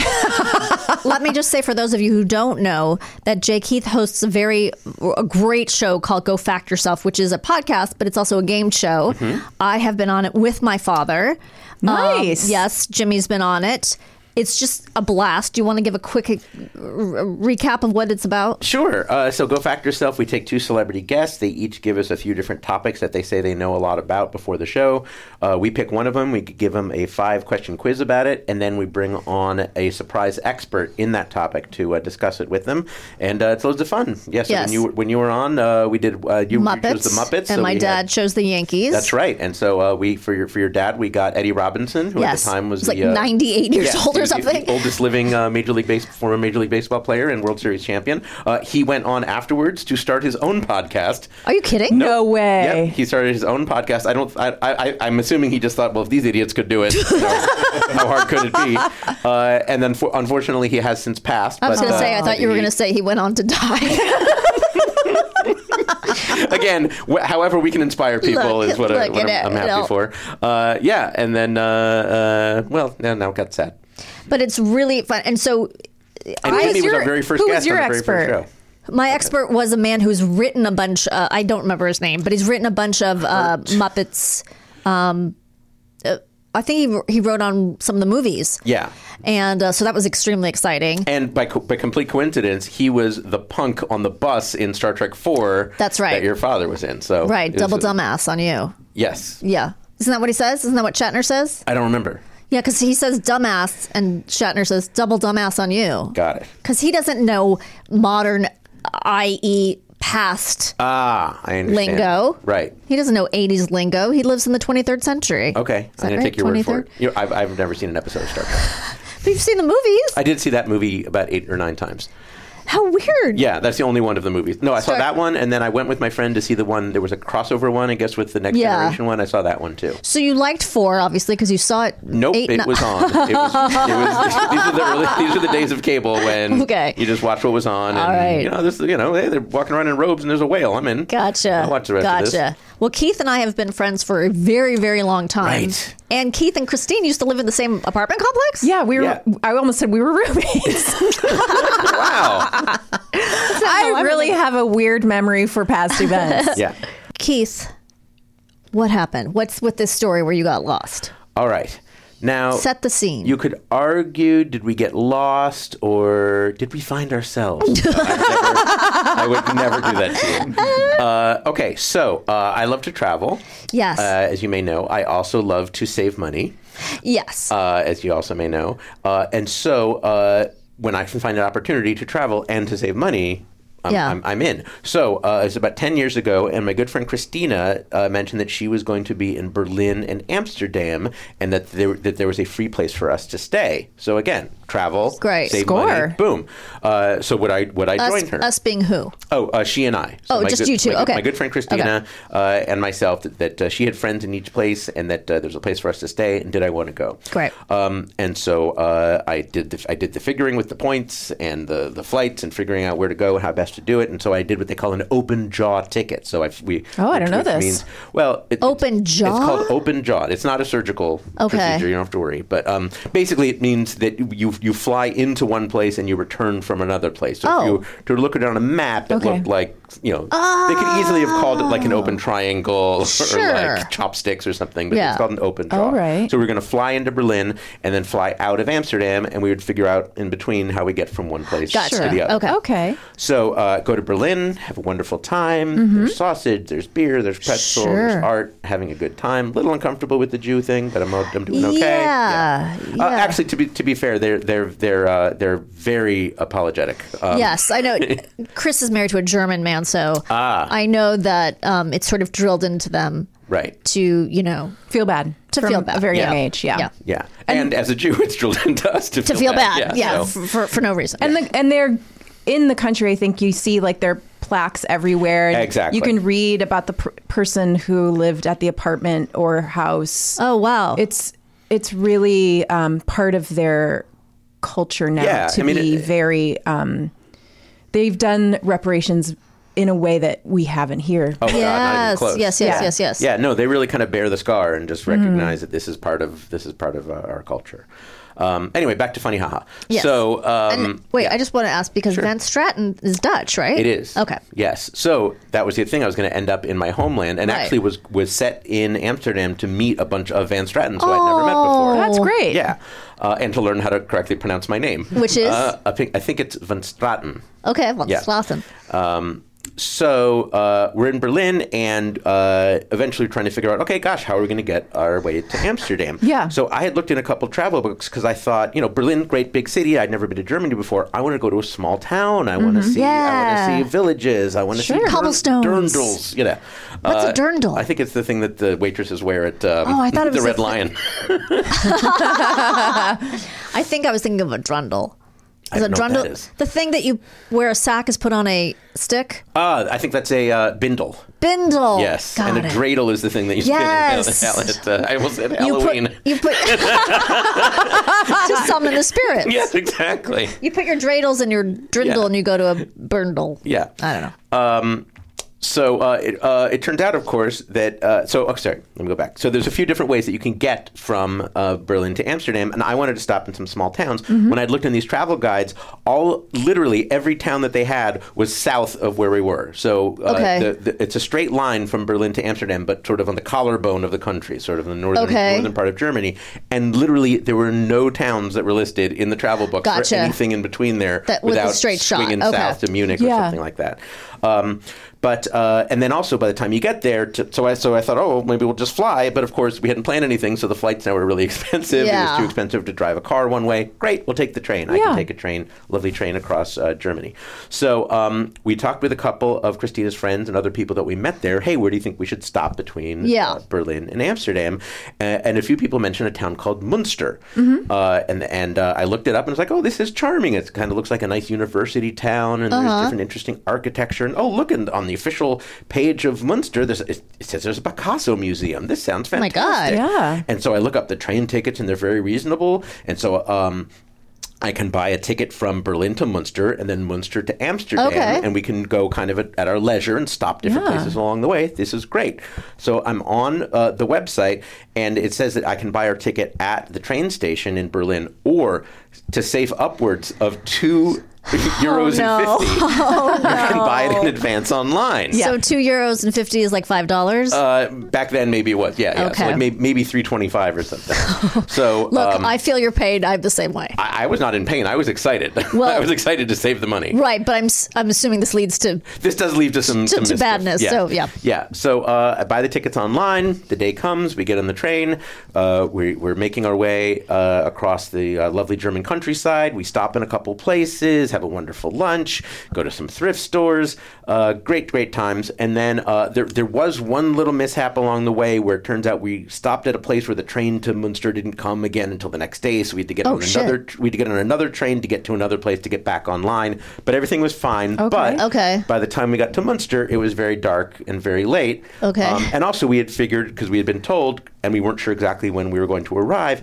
Let me just say for those of you who don't know that Jay Keith hosts a very a great show called Go Fact Yourself, which is a podcast, but it's also a game show. Mm-hmm. I have been on it with my father. Um, Nice. yes, Jimmy's been on it. It's just a blast. Do you want to give a quick uh, r- recap of what it's about? Sure. Uh, so go fact yourself. We take two celebrity guests. They each give us a few different topics that they say they know a lot about before the show. Uh, we pick one of them. We give them a five question quiz about it, and then we bring on a surprise expert in that topic to uh, discuss it with them. And uh, it's loads of fun. Yes. so Yes. When you were- when you were on, uh, we did uh, you, you chose Muppets. the Muppets, and so my we dad had- chose the Yankees. That's right. And so uh, we for your for your dad, we got Eddie Robinson, who Yes. at the time was He's the, uh, like 98 years yeah, old he or was the- the something. oldest living uh, major league base former major league baseball player and World Series champion. Uh, he went on afterwards to start his own podcast. Are you kidding? No way. Yep, he started his own podcast. I don't. I, I, I- I'm assuming he just thought, well, if these idiots could do it, you know, how hard could it be? Uh, and then, for, unfortunately, he has since passed. I was but, going to uh, say, I thought you were he- going to say he went on to die. again, wh- however we can inspire people Look, is what, I, look what at I'm, it, I'm happy no. for. Uh, yeah, and then uh, uh, well, now now it got sad. but it's really fun. And so And Who Jimmy was was your- our very first who was guest your on the very expert? first show. My expert was a man who's written a bunch. Uh, I don't remember his name, but he's written a bunch of uh, Muppets. Um, uh, I think he he wrote on some of the movies. Yeah. and uh, so that was extremely exciting. And by, co- by complete coincidence, he was the punk on the bus in Star Trek Four. That's right. That your father was in. So right, Oh, it was double a- dumbass on you. Yes, Yeah, isn't that what he says? Isn't that what Shatner says? I don't remember. Yeah, because he says dumbass, and Shatner says double dumbass on you. Got it. Because he doesn't know modern, i.e., past Ah, I understand. lingo. Right. Oh. He doesn't know 80s lingo. He lives in the 23rd century. Okay, Is I'm that gonna right? take your word 23rd? for it. You know, I've, I've never seen an episode of Star Trek. But you've seen the movies. I did see that movie about eight or nine times. How weird. Yeah, that's the only one of the movies. No, I Star- saw that one, and then I went with my friend to see the one. There was a crossover one, I guess, with the Next Yeah. Generation one. I saw that one too. So you liked four, obviously, because you saw it. Nope, eight, it ni- was on. It was, it was, these, are the early, these are the days of cable when Okay. you just watch what was on. And, All right. You know, this, you know, hey, they're walking around in robes and there's a whale. I'm in. Gotcha. I'll watch the rest gotcha. of this. Well, Keith and I have been friends for a very, very long time. Right. And Keith and Christine used to live in the same apartment complex. Yeah, we were. Yeah. I almost said we were roommates. Wow. I really have a weird memory for past events. yeah. Keith, what happened? What's with this story where you got lost? All right. Now Set the scene. Oh, You could argue: Did we get lost, or did we find ourselves? No, I've never- I would never do that to you. Uh, okay, so uh, I love to travel. Yes. Uh, as you may know, I also love to save money. yes. uh, as you also may know. Uh, and so uh, when I can find an opportunity to travel and to save money, I'm, Yeah. I'm, I'm in. So uh, it's about 10 years ago, and my good friend Christina uh, mentioned that she was going to be in Berlin and Amsterdam and that there, that there was a free place for us to stay. So again, travel, Great. save Score. money, boom. Uh, so would I, would I join us, her? us being who? Oh, uh, she and I. So Oh, my just good- you two. My, good- Okay. My good friend Christina uh, and myself. That, that uh, she had friends in each place, and that uh, there's a place for us to stay. And did I want to go? Great. Um, and so uh, I did. The, I did the figuring with the points and the the flights and figuring out where to go and how best to do it. And so I did what they call an open jaw ticket. So I we. Oh, I which- don't know which this. Means, well, it- Open it's, jaw? It's called open jaw. It's not a surgical Okay. procedure. You don't have to worry. But um, basically, it means that you you fly into one place and you return from another place. So Oh. if you were to look at it on a map, it Okay. looked like you know they could easily have called it like an open triangle or Oh. Sure. like chopsticks or something, but Yeah. Oh, it's called an open jaw. All right. So we're going to fly into Berlin and then fly out of Amsterdam, and we would figure out in between how we get from one place Gotcha. to the other. Okay. Okay. So uh, go to Berlin, have a wonderful time. There's sausage, there's beer, there's pretzel, Mm-hmm. Sure. there's art, having a good time. little uncomfortable with the Jew thing, but I'm, I'm doing okay. Yeah, Uh, yeah. actually, to be to be fair, they're they're they're uh, they're very apologetic. Um, yes, I know. Chris is married to a German man, so Ah. I know that um, it's sort of drilled into them Right. to, you know, Feel bad to from feel bad. A very yeah. young age. Yeah. yeah. Yeah. And, as a Jew, it's drilled into us to, To feel bad. Yeah. so- f- for, for no reason. And the, and they're in the country. I think you see like their plaques everywhere. and Exactly. You can read about the per- person who lived at the apartment or house. oh, Uh-huh. wow. It's it's really um, part of their culture now Yeah, to I mean, be it- very. Um, they've done reparations in a way that we haven't here. Oh, God, not even yes, close. yes, yes, Yeah. yes, yes. Yeah, no, they really kind of bear the scar and Mm-hmm. just recognize that this is part of this is part of uh, our culture. Um, anyway, back to funny haha. Yes. So um, And wait, I just want to ask because Van Straten is Dutch, right? It is. Okay. Yes. So that was the thing. I was going to end up in my homeland, and Right. actually was was set in Amsterdam to meet a bunch of Van Strattens who I'd never met Oh, before. That's great. Yeah, uh, and to learn how to correctly pronounce my name, Which is? uh, I think I think it's Van Straten. Okay, well, Yeah. Slothen. Um, so uh, we're in Berlin, and uh, eventually trying to figure out, okay, gosh, how are we going to get our way to Amsterdam? Yeah. So I had looked in a couple travel books because I thought, you know, Berlin, great big city. I'd never been to Germany before. I want to go to a small town. I want to see. I Mm-hmm. Yeah. want to see villages. I want to see dern- Cobblestones. Dirndls. You know. Uh, What's a dirndl? I think it's the thing that the waitresses wear at um, Oh, I thought it the was a Red thi- Lion. I think I was thinking of a drundle. I don't know what that is. the thing that you where a sack is put on a stick? Ah, I think that's a uh, bindle. Bindle. Yes, Oh, Got and a it. dreidel is the thing that you Yes. spin in, at, uh, I almost said You put, Halloween. you put to summon the spirits. Yes, exactly. You put your dreidels and your drindle Yeah. and you go to a burndle. Yeah. Um, I don't know. So uh, it, uh, it turned out, of course, that uh, so. Oh, sorry. Let me go back. So there's a few different ways that you can get from uh, Berlin to Amsterdam, and I wanted to stop in some small towns. Mm-hmm. When I'd looked in these travel guides, all literally every town that they had was south of where we were. So uh, Okay. the, the, it's a straight line from Berlin to Amsterdam, but sort of on the collarbone of the country, sort of in the northern Okay. northern part of Germany. And literally, there were no towns that were listed in the travel books Gotcha. for anything in between there That- with a without straight shot. swinging Okay. south to Munich or Yeah. something like that. Um, But uh, and then also by the time you get there, to, so I so I thought, oh, maybe we'll just fly. But of course, we hadn't planned anything, so the flights now were really expensive. It Yeah. was too expensive to drive a car one way. Great, we'll take the train. I Yeah. can take a train, lovely train across uh, Germany. So um, we talked with a couple of Christina's friends and other people that we met there. Hey, where do you think we should stop between Yeah. uh, Berlin and Amsterdam? Uh, and a few people mentioned a town called Munster. Uh, and and uh, I looked it up and was like, oh, this is charming. It kind of looks like a nice university town, and there's different interesting architecture. And oh, look and on the official page of Munster, there's, it, it says there's a Picasso museum. This sounds Oh my fantastic. God. Yeah. And so I look up the train tickets, and they're very reasonable. And so um, I can buy a ticket from Berlin to Munster, and then Munster to Amsterdam, Okay. and we can go kind of at, at our leisure and stop different Yeah. places along the way. This is great. So I'm on uh, the website, and it says that I can buy our ticket at the train station in Berlin, or to save upwards of two. Oh, Euros no. and fifty. you can buy it in advance online. So two euros and fifty is like five dollars. Uh, back then, maybe it was. Yeah, yeah. Okay. So like maybe, maybe three twenty-five or something. so Look, um, I feel your pain. I'm the same way. I, I was not in pain. I was excited. Well- I was excited to save the money. right, but I'm s- I'm assuming this leads to This does lead to some, some to mischief. badness, so, yeah. yeah. So uh, I buy the tickets online. The day comes. We get on the train. Uh, we, we're making our way uh, across the uh, lovely German countryside. We stop in a couple places, have a wonderful lunch, go to some thrift stores. Uh, great, great times. And then uh, there, there was one little mishap along the way where it turns out we stopped at a place where the train to Munster didn't come again until the next day. So we had to get Oh, on shit. another. We had to get on another train to get to another place to get back online. But everything was fine. But Okay. by the time we got to Munster, it was very dark and very late. Um, Okay. and also, we had figured because we had been told, and we weren't sure exactly when we were going to arrive.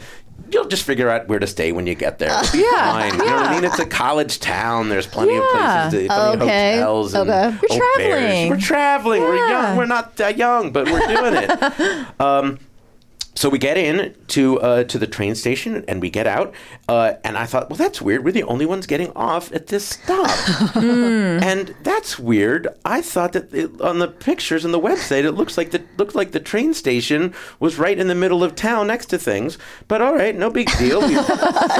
You'll just figure out where to stay when you get there. It'll be Yeah, fine. You know what I yeah. mean? It's a college town. There's plenty Yeah. of places, to, plenty Okay, of hotels. And okay. You're au pairs. traveling. We're traveling. We're Yeah. young. We're not that young, but we're doing it. um, so we get in to uh, to the train station and we get out. Uh, and I thought, well, that's weird. We're the only ones getting off at this stop. And that's weird. I thought that it, on the pictures and the website, it looks like the looked like the train station was right in the middle of town next to things. But all right, no big deal. We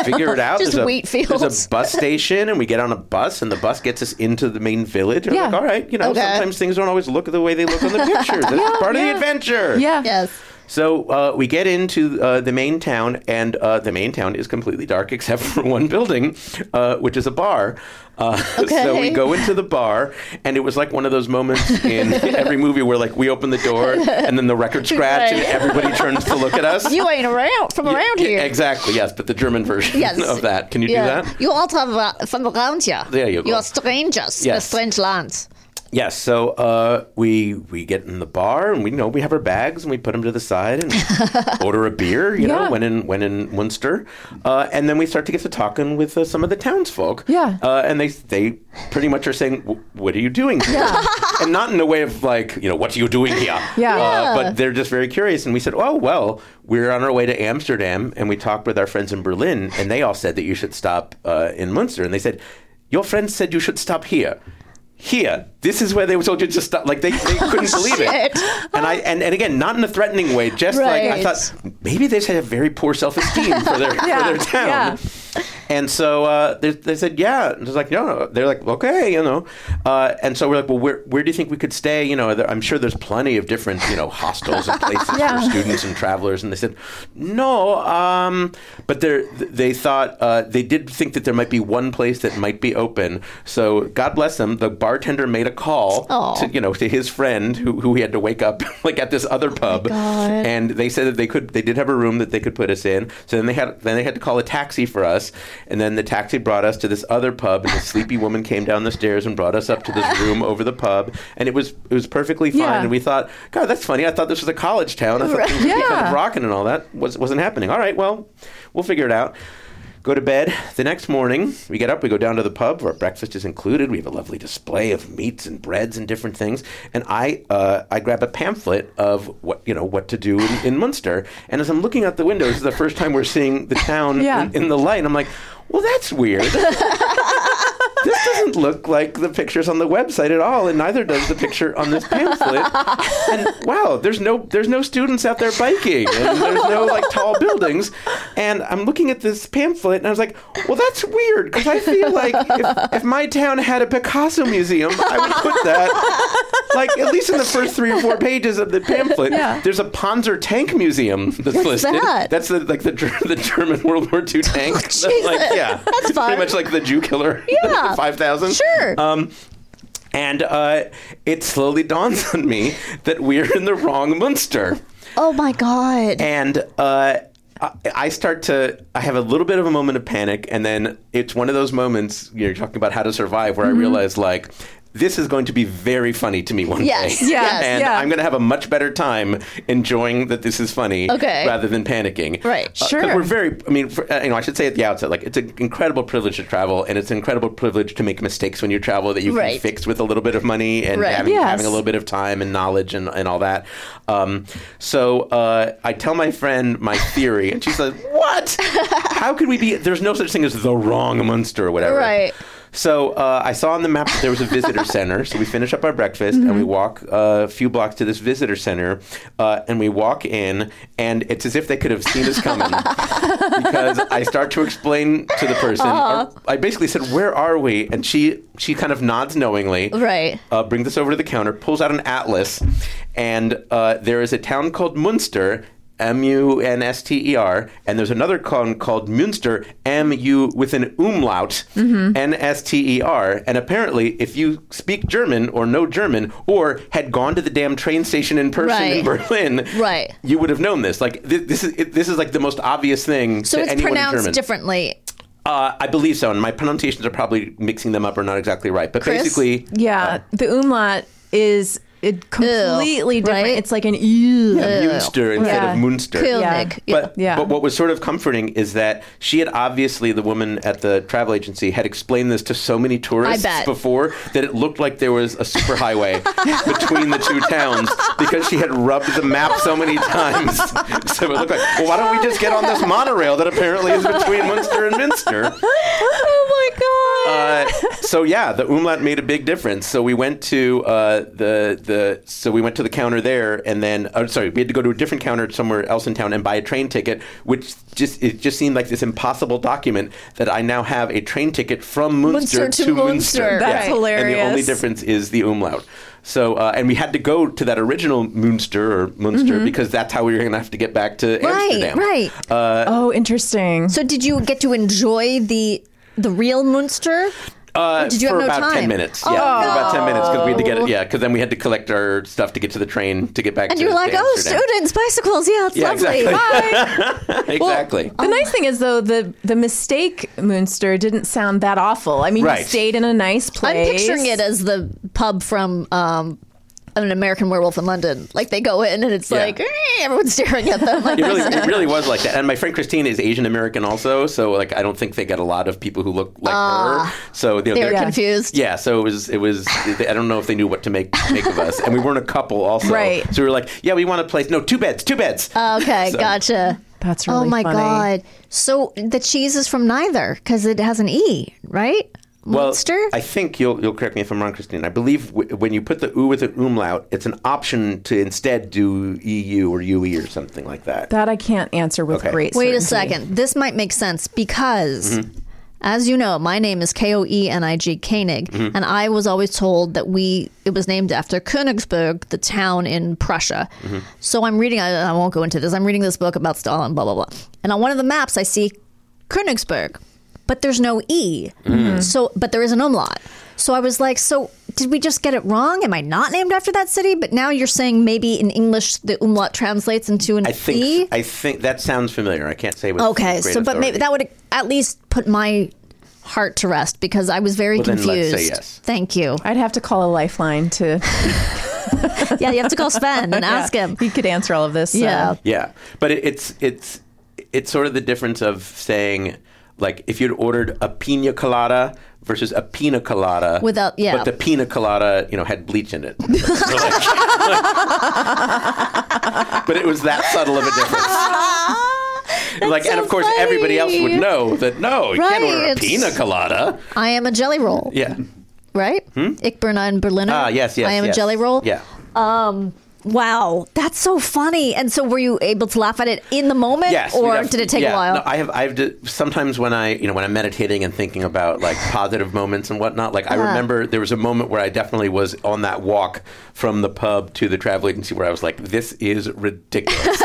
figure it out. Just there's wheat a, fields. There's a bus station, and we get on a bus, and the bus gets us into the main village. And Yeah. I'm like, all right, you know, Okay. sometimes things don't always look the way they look on the pictures. That's part of the adventure. Yeah. yes. So uh, we get into uh, the main town, and uh, the main town is completely dark except for one building, uh, which is a bar. Uh, So Okay. we go into the bar, and it was like one of those moments in every movie where, like, we open the door, and then the record scratch, and Right. everybody turns to look at us. You ain't around from Yeah, around yeah, here. Exactly. Yes, but the German version Yes. of that. Can you Yeah. do that? You all come ra- from around here. There you go. You are strangers in a Yes. strange land. Yes. So uh, we we get in the bar and we you know we have our bags and we put them to the side and order a beer. You Yeah. know, when in when in Munster, uh, and then we start to get to talking with uh, some of the townsfolk. Yeah. Uh, and they they pretty much are saying, "W- "What are you doing here?" and not in a way of like you know, "What are you doing here?" Yeah. Uh, but they're just very curious, and we said, "Oh well, we're on our way to Amsterdam, and we talked with our friends in Berlin, and they all said that you should stop uh, in Munster, and they said." Your friends said you should stop here here. This is where they were told you to stop. Like they, they couldn't believe it. And I and, and again, not in a threatening way. Just like I Right. thought, maybe they just had a very poor self esteem for their for their town. yeah. And so uh, they, they said, yeah. And I was like, no, no. They're like, okay, you know. Uh, and so we're like, well, where, where do you think we could stay? You know, there- I'm sure there's plenty of different, you know, hostels and places Yeah. for students and travelers. And they said, no. Um, but they they thought, uh, they did think that there might be one place that might be open. So God bless them. The bartender made a call Aw. to, you know, to his friend who, who he had to wake up like at this Oh other pub. and they said that they could, they did have a room that they could put us in. So then they had, then they had to call a taxi for us. And then the taxi brought us to this other pub and the sleepy woman came down the stairs and brought us up to this room over the pub. And it was, it was perfectly fine. Yeah. And we thought, God, that's funny. I thought this was a college town. I thought things would be kind Yeah. of rocking and all that. Was, wasn't happening. All right, well, we'll figure it out. Go to bed. The next morning, we get up, we go down to the pub. Our breakfast is included. We have a lovely display of meats and breads and different things. And I, uh, I grab a pamphlet of what you know what to do in, in Munster. And as I'm looking out the window, this is the first time we're seeing the town Yeah. in, in the light. I'm like, well, that's weird. this this doesn't look like the pictures on the website at all, and neither does the picture on this pamphlet. And wow, there's no there's no students out there biking, and there's no like tall buildings. And I'm looking at this pamphlet, and I was like, well, that's weird because I feel like if, if my town had a Picasso museum, I would put that like at least in the first three or four pages of the pamphlet. There's a Panzer tank museum that's listed. that? Oh, That's the like the Ger- the German World War II tank. like, yeah, that's fun. Pretty much like the Jew killer. Yeah. five thousand. Sure. Um, and uh, it slowly dawns on me that we're in the wrong Munster. Oh my god. And uh, I, I start to, I have a little bit of a moment of panic. And then it's one of those moments, you're talking about how to survive, Mm-hmm. where I realize, like, this is going to be very funny to me one Yes, day. yes, and yeah. I'm going to have a much better time enjoying that this is funny Okay. rather than panicking. Uh, Right, 'cause sure. we're very, I mean, for, uh, you know, I should say at the outset, like, it's an incredible privilege to travel and it's an incredible privilege to make mistakes when you travel that you can Right. fix with a little bit of money and Right. having, Yes. having a little bit of time and knowledge and, and all that. Um, so uh, I tell my friend my theory, and she says, "What? How could we be? There's no such thing as the wrong Munster or whatever." Right. So uh, I saw on the map that there was a visitor center. So we finish up our breakfast and Mm-hmm. we walk uh, a few blocks to this visitor center, uh, and we walk in, and it's as if they could have seen us coming because I start to explain to the person. Uh-huh. or I basically said, "Where are we?" And she she kind of nods knowingly. Right. Uh, brings this over to the counter, pulls out an atlas, and uh, there is a town called Munster. M U N S T E R, and there's another town called Munster, M U with an umlaut, Mm-hmm. N S T E R. And apparently, if you speak German or know German or had gone to the damn train station in person in Right. Berlin, Right. you would have known this. Like, this, this, is, it, this is like the most obvious thing So to it's anyone in pronounced German. differently. Uh, I believe so, and my pronunciations are probably mixing them up or not exactly right. But Chris? basically, Yeah, the umlaut is it completely different. right? It's like an ew. Munster instead Yeah. of Munster. König. Yeah. But, Yeah. but what was sort of comforting is that she had obviously, the woman at the travel agency, had explained this to so many tourists I bet. before that it looked like there was a superhighway between the two towns because she had rubbed the map so many times. so it looked like, well, why don't we just get on this monorail that apparently is between Munster and Minster? Oh my god! Uh, so yeah, the umlaut made a big difference. So we went to uh, the the so we went to the counter there, and then oh, sorry, we had to go to a different counter somewhere else in town and buy a train ticket, which just it just seemed like this impossible document that I now have a train ticket from Munster, Munster to to Munster. Munster. That's And the only hilarious. difference is the umlaut. So uh, and we had to go to that original Munster or Munster because that's how we were going to have to get back to Mm-hmm. Right, Amsterdam. Uh, right. oh, interesting. so did you get to enjoy the the real Munster? Uh, Did you have for no about time? ten minutes? Oh, yeah, for about ten minutes because we had to get no. it. Yeah, because then we had to collect our stuff to get to the train to get back. And to you're like, to oh, Amsterdam." students, bicycles. Yeah, it's Yeah, lovely. Ah, exactly. Hi. exactly. The nice thing is though the the mistake Moonster didn't sound that awful. I mean, you Right. stayed in a nice I'm place. picturing it as the pub from um, an American Werewolf in London. Like they go in and it's Yeah. like "Eh," everyone's staring at them. Like, it really, it really was like that. And my friend Christine is Asian American also, so like I don't think they get a lot of people who look like her. So you know, Ah. they were they're- confused. Yeah, so it was it was I don't know if they knew what to make make of us, and we weren't a couple also. Right. So we were like, yeah, we want a place. No, two beds, two beds. Okay, So- gotcha. That's oh really my funny. god. So the cheese is from neither because it has an e, right? Well, Monster. I think you'll you'll correct me if I'm wrong, Christine. I believe w- when you put the u with an umlaut, it's an option to instead do eu or ue or something like that. that I can't answer with Okay. great. Wait a certainty. second. This might make sense because, as you know, my name is K O E N I G Koenig, and I was always told that we it was named after Königsberg, the town in Prussia. So I'm reading. I, I won't go into this. I'm reading this book about Stalin. Blah blah blah. And on one of the maps, I see Königsberg, but there's no e. So, but there is an umlaut. So I was like, so did we just get it wrong? Am I not named after that city? But now you're saying maybe in English the umlaut translates into an I think e. I think that sounds familiar. I can't say with Okay, great so but maybe authority. that would at least put my heart to rest because I was very Well, then let's confused. say yes. Thank you. I'd have to call a lifeline to Yeah, you have to call Sven and ask him. He could answer all of this. so- Yeah. yeah, but it, it's it's it's sort of the difference of saying like if you'd ordered a pina colada versus a pina colada Without- yeah. but the pina colada you know had bleach in it. but it was that subtle of a difference. like, and so of course, everybody else would funny. know that no, you can't order a Right. pina colada. I am a jelly roll. Yeah. Hmm? Right? Ich bin ein Berliner. Ah, yes, yes. I am yes. a jelly roll. Yeah. Wow, that's so funny. And so, were you able to laugh at it in the moment, Yes. we or def- did it take a yeah. while? No, I have. I've d- sometimes when I, you know, when I'm meditating and thinking about like positive moments and whatnot. Like I Uh-huh. remember there was a moment where I definitely was on that walk from the pub to the travel agency where I was like, "This is ridiculous,"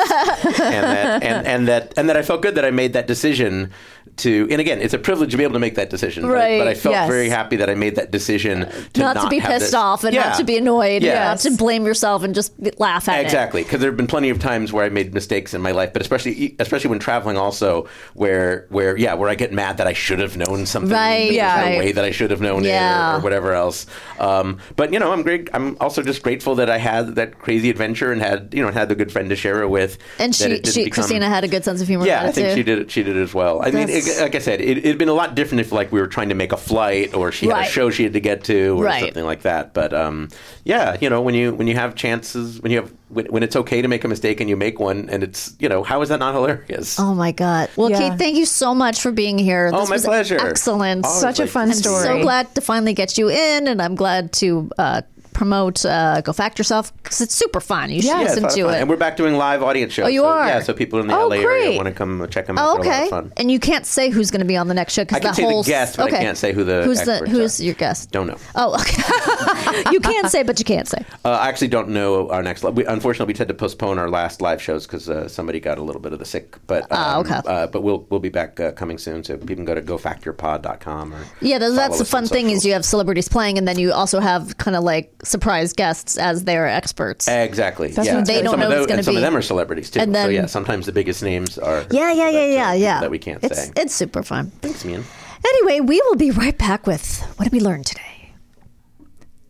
and, that, and, and that and that I felt good that I made that decision. To and again, it's a privilege to be able to make that decision. but I- Right, But I felt yes. very happy that I made that decision to not, not, to be have pissed this- off and Yeah. not to be annoyed, Yeah. and not to blame yourself and just be- laugh at Exactly, because there have been plenty of times where I made mistakes in my life, but especially e, especially when traveling, also where where yeah, where I get mad that I should have known something, Right, There's yeah. no way that I should have known it Yeah. or, or whatever else. Um, but you know, I'm great. I'm also just grateful that I had that crazy adventure and had you know had the good friend to share it with. it. And that she, it didn't she become- Christina had a good sense of humor. yeah, about I it think too. she did it. She did it as well. I mean, That's- it, like I said, it, it'd been a lot different if like we were trying to make a flight or she had Right. a show she had to get to or Right. something like that. But um, yeah, you know, when you when you have chances, when you have when, when it's okay to make a mistake and you make one, and it's you know, how is that not hilarious? Oh my god! Well, Yeah. Kate, thank you so much for being here. Oh, this my was pleasure. Excellent. Always Such a like- fun I'm story. so glad to finally get you in, and I'm glad to uh, promote uh, Go Fact Yourself because it's super fun. You should Yeah, it's listen a lot of to fun. it. And we're back doing live audience shows. Oh, you so, are? Yeah, so people in the Oh, LA great. area want to come check them out. Oh, They're a lot okay, of fun. and you can't say who's going to be on the next show I because can that say the whole guest, but I okay. can't say who the who's the experts who's are. your guest. Don't know. Oh, okay. you can say, but you can't say. Uh, I actually don't know our next. Li- we, unfortunately, we had to postpone our last live shows because uh, somebody got a little bit of the sick. But um, Ah, okay. uh, but we'll we'll be back uh, coming soon. So people can go to gofactorpod.com or Yeah, that's, follow that's the us fun on thing is social. you have celebrities playing, and then you also have kind of like surprise guests as their experts. exactly yeah. what's They And don't some know of who's those, gonna and some be. of them are celebrities too. And so then- yeah, sometimes the biggest names are yeah, yeah, yeah, yeah, that, uh, yeah. that we can't it's, say. It's super fun. Thanks, man. Anyway, we will be right back with what did we learn today,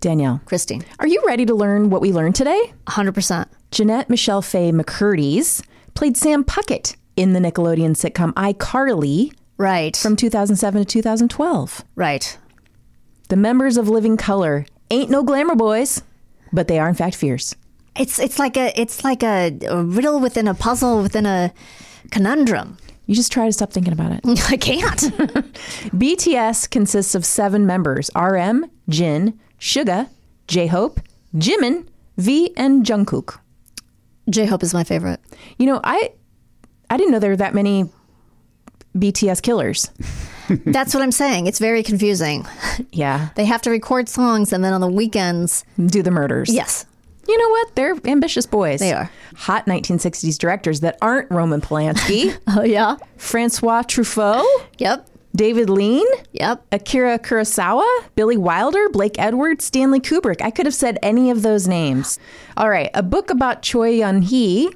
Danielle, Christine? are you ready to learn what we learned today? hundred percent. Jeanette Michelle Faye McCurdy's played Sam Puckett in the Nickelodeon sitcom iCarly Right. from 2007 to 2012. right. The members of Living Color ain't no glamour boys, but they are in fact fierce. It's it's like a it's like a, a riddle within a puzzle within a conundrum. You just try to stop thinking about it. I can't. BTS consists of seven members RM, Jin, Suga, J Hope, Jimin, V, and Jungkook. J Hope is my favorite. You know, I I didn't know there were that many BTS killers. That's what I'm saying. It's very confusing. Yeah. They have to record songs, and then on the weekends, Do the murders. yes, You know what? They're ambitious boys. They are. Hot 1960s directors that aren't Roman Polanski, oh yeah, Francois Truffaut, yep, David Lean, yep. Akira Kurosawa, Billy Wilder, Blake Edwards, Stanley Kubrick. I could have said any of those names. All right, a book about Choi Yun Hee,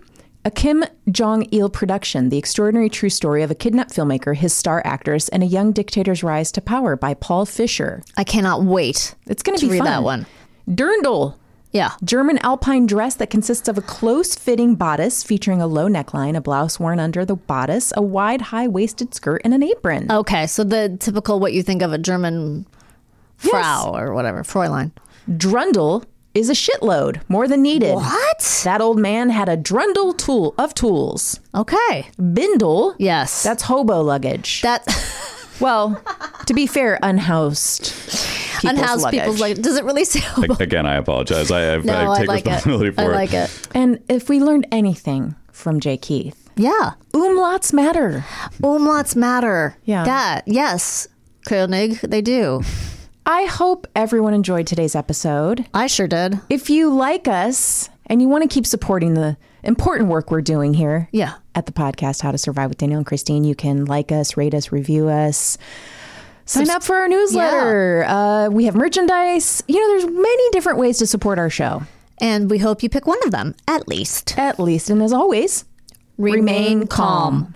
a Kim Jong il production, the extraordinary true story of a kidnapped filmmaker, his star actress, and a young dictator's rise to power by Paul Fisher. I cannot wait. It's going to to be read fun. that one. Dirndl. Yeah. German alpine dress that consists of a close fitting bodice featuring a low neckline, a blouse worn under the bodice, a wide high waisted skirt, and an apron. Uh, Okay, so the typical what you think of a German Frau or whatever, Fräulein. Drundle is a shitload, more than needed. What? That old man had a drundle tool of tools. Okay. Bindle, Yes. that's hobo luggage. that well, to be fair, unhoused people's unhoused luggage. people's like does it really say Again, I apologize. I, I, No, I I take like responsibility it. for I it. like it. And if we learned anything from Jay Keith, Yeah. umlauts matter. Umlauts matter. Yeah. That yes. König, they do. I hope everyone enjoyed today's episode. I sure did. If you like us and you want to keep supporting the important work we're doing here, Yeah. at the podcast How to Survive with Danielle and Christine. You can like us, rate us, review us. Sign up for our newsletter. Uh, we have merchandise. You know, there's many different ways to support our show. And we hope you pick one of them, at least. At least, and as always, Remain calm.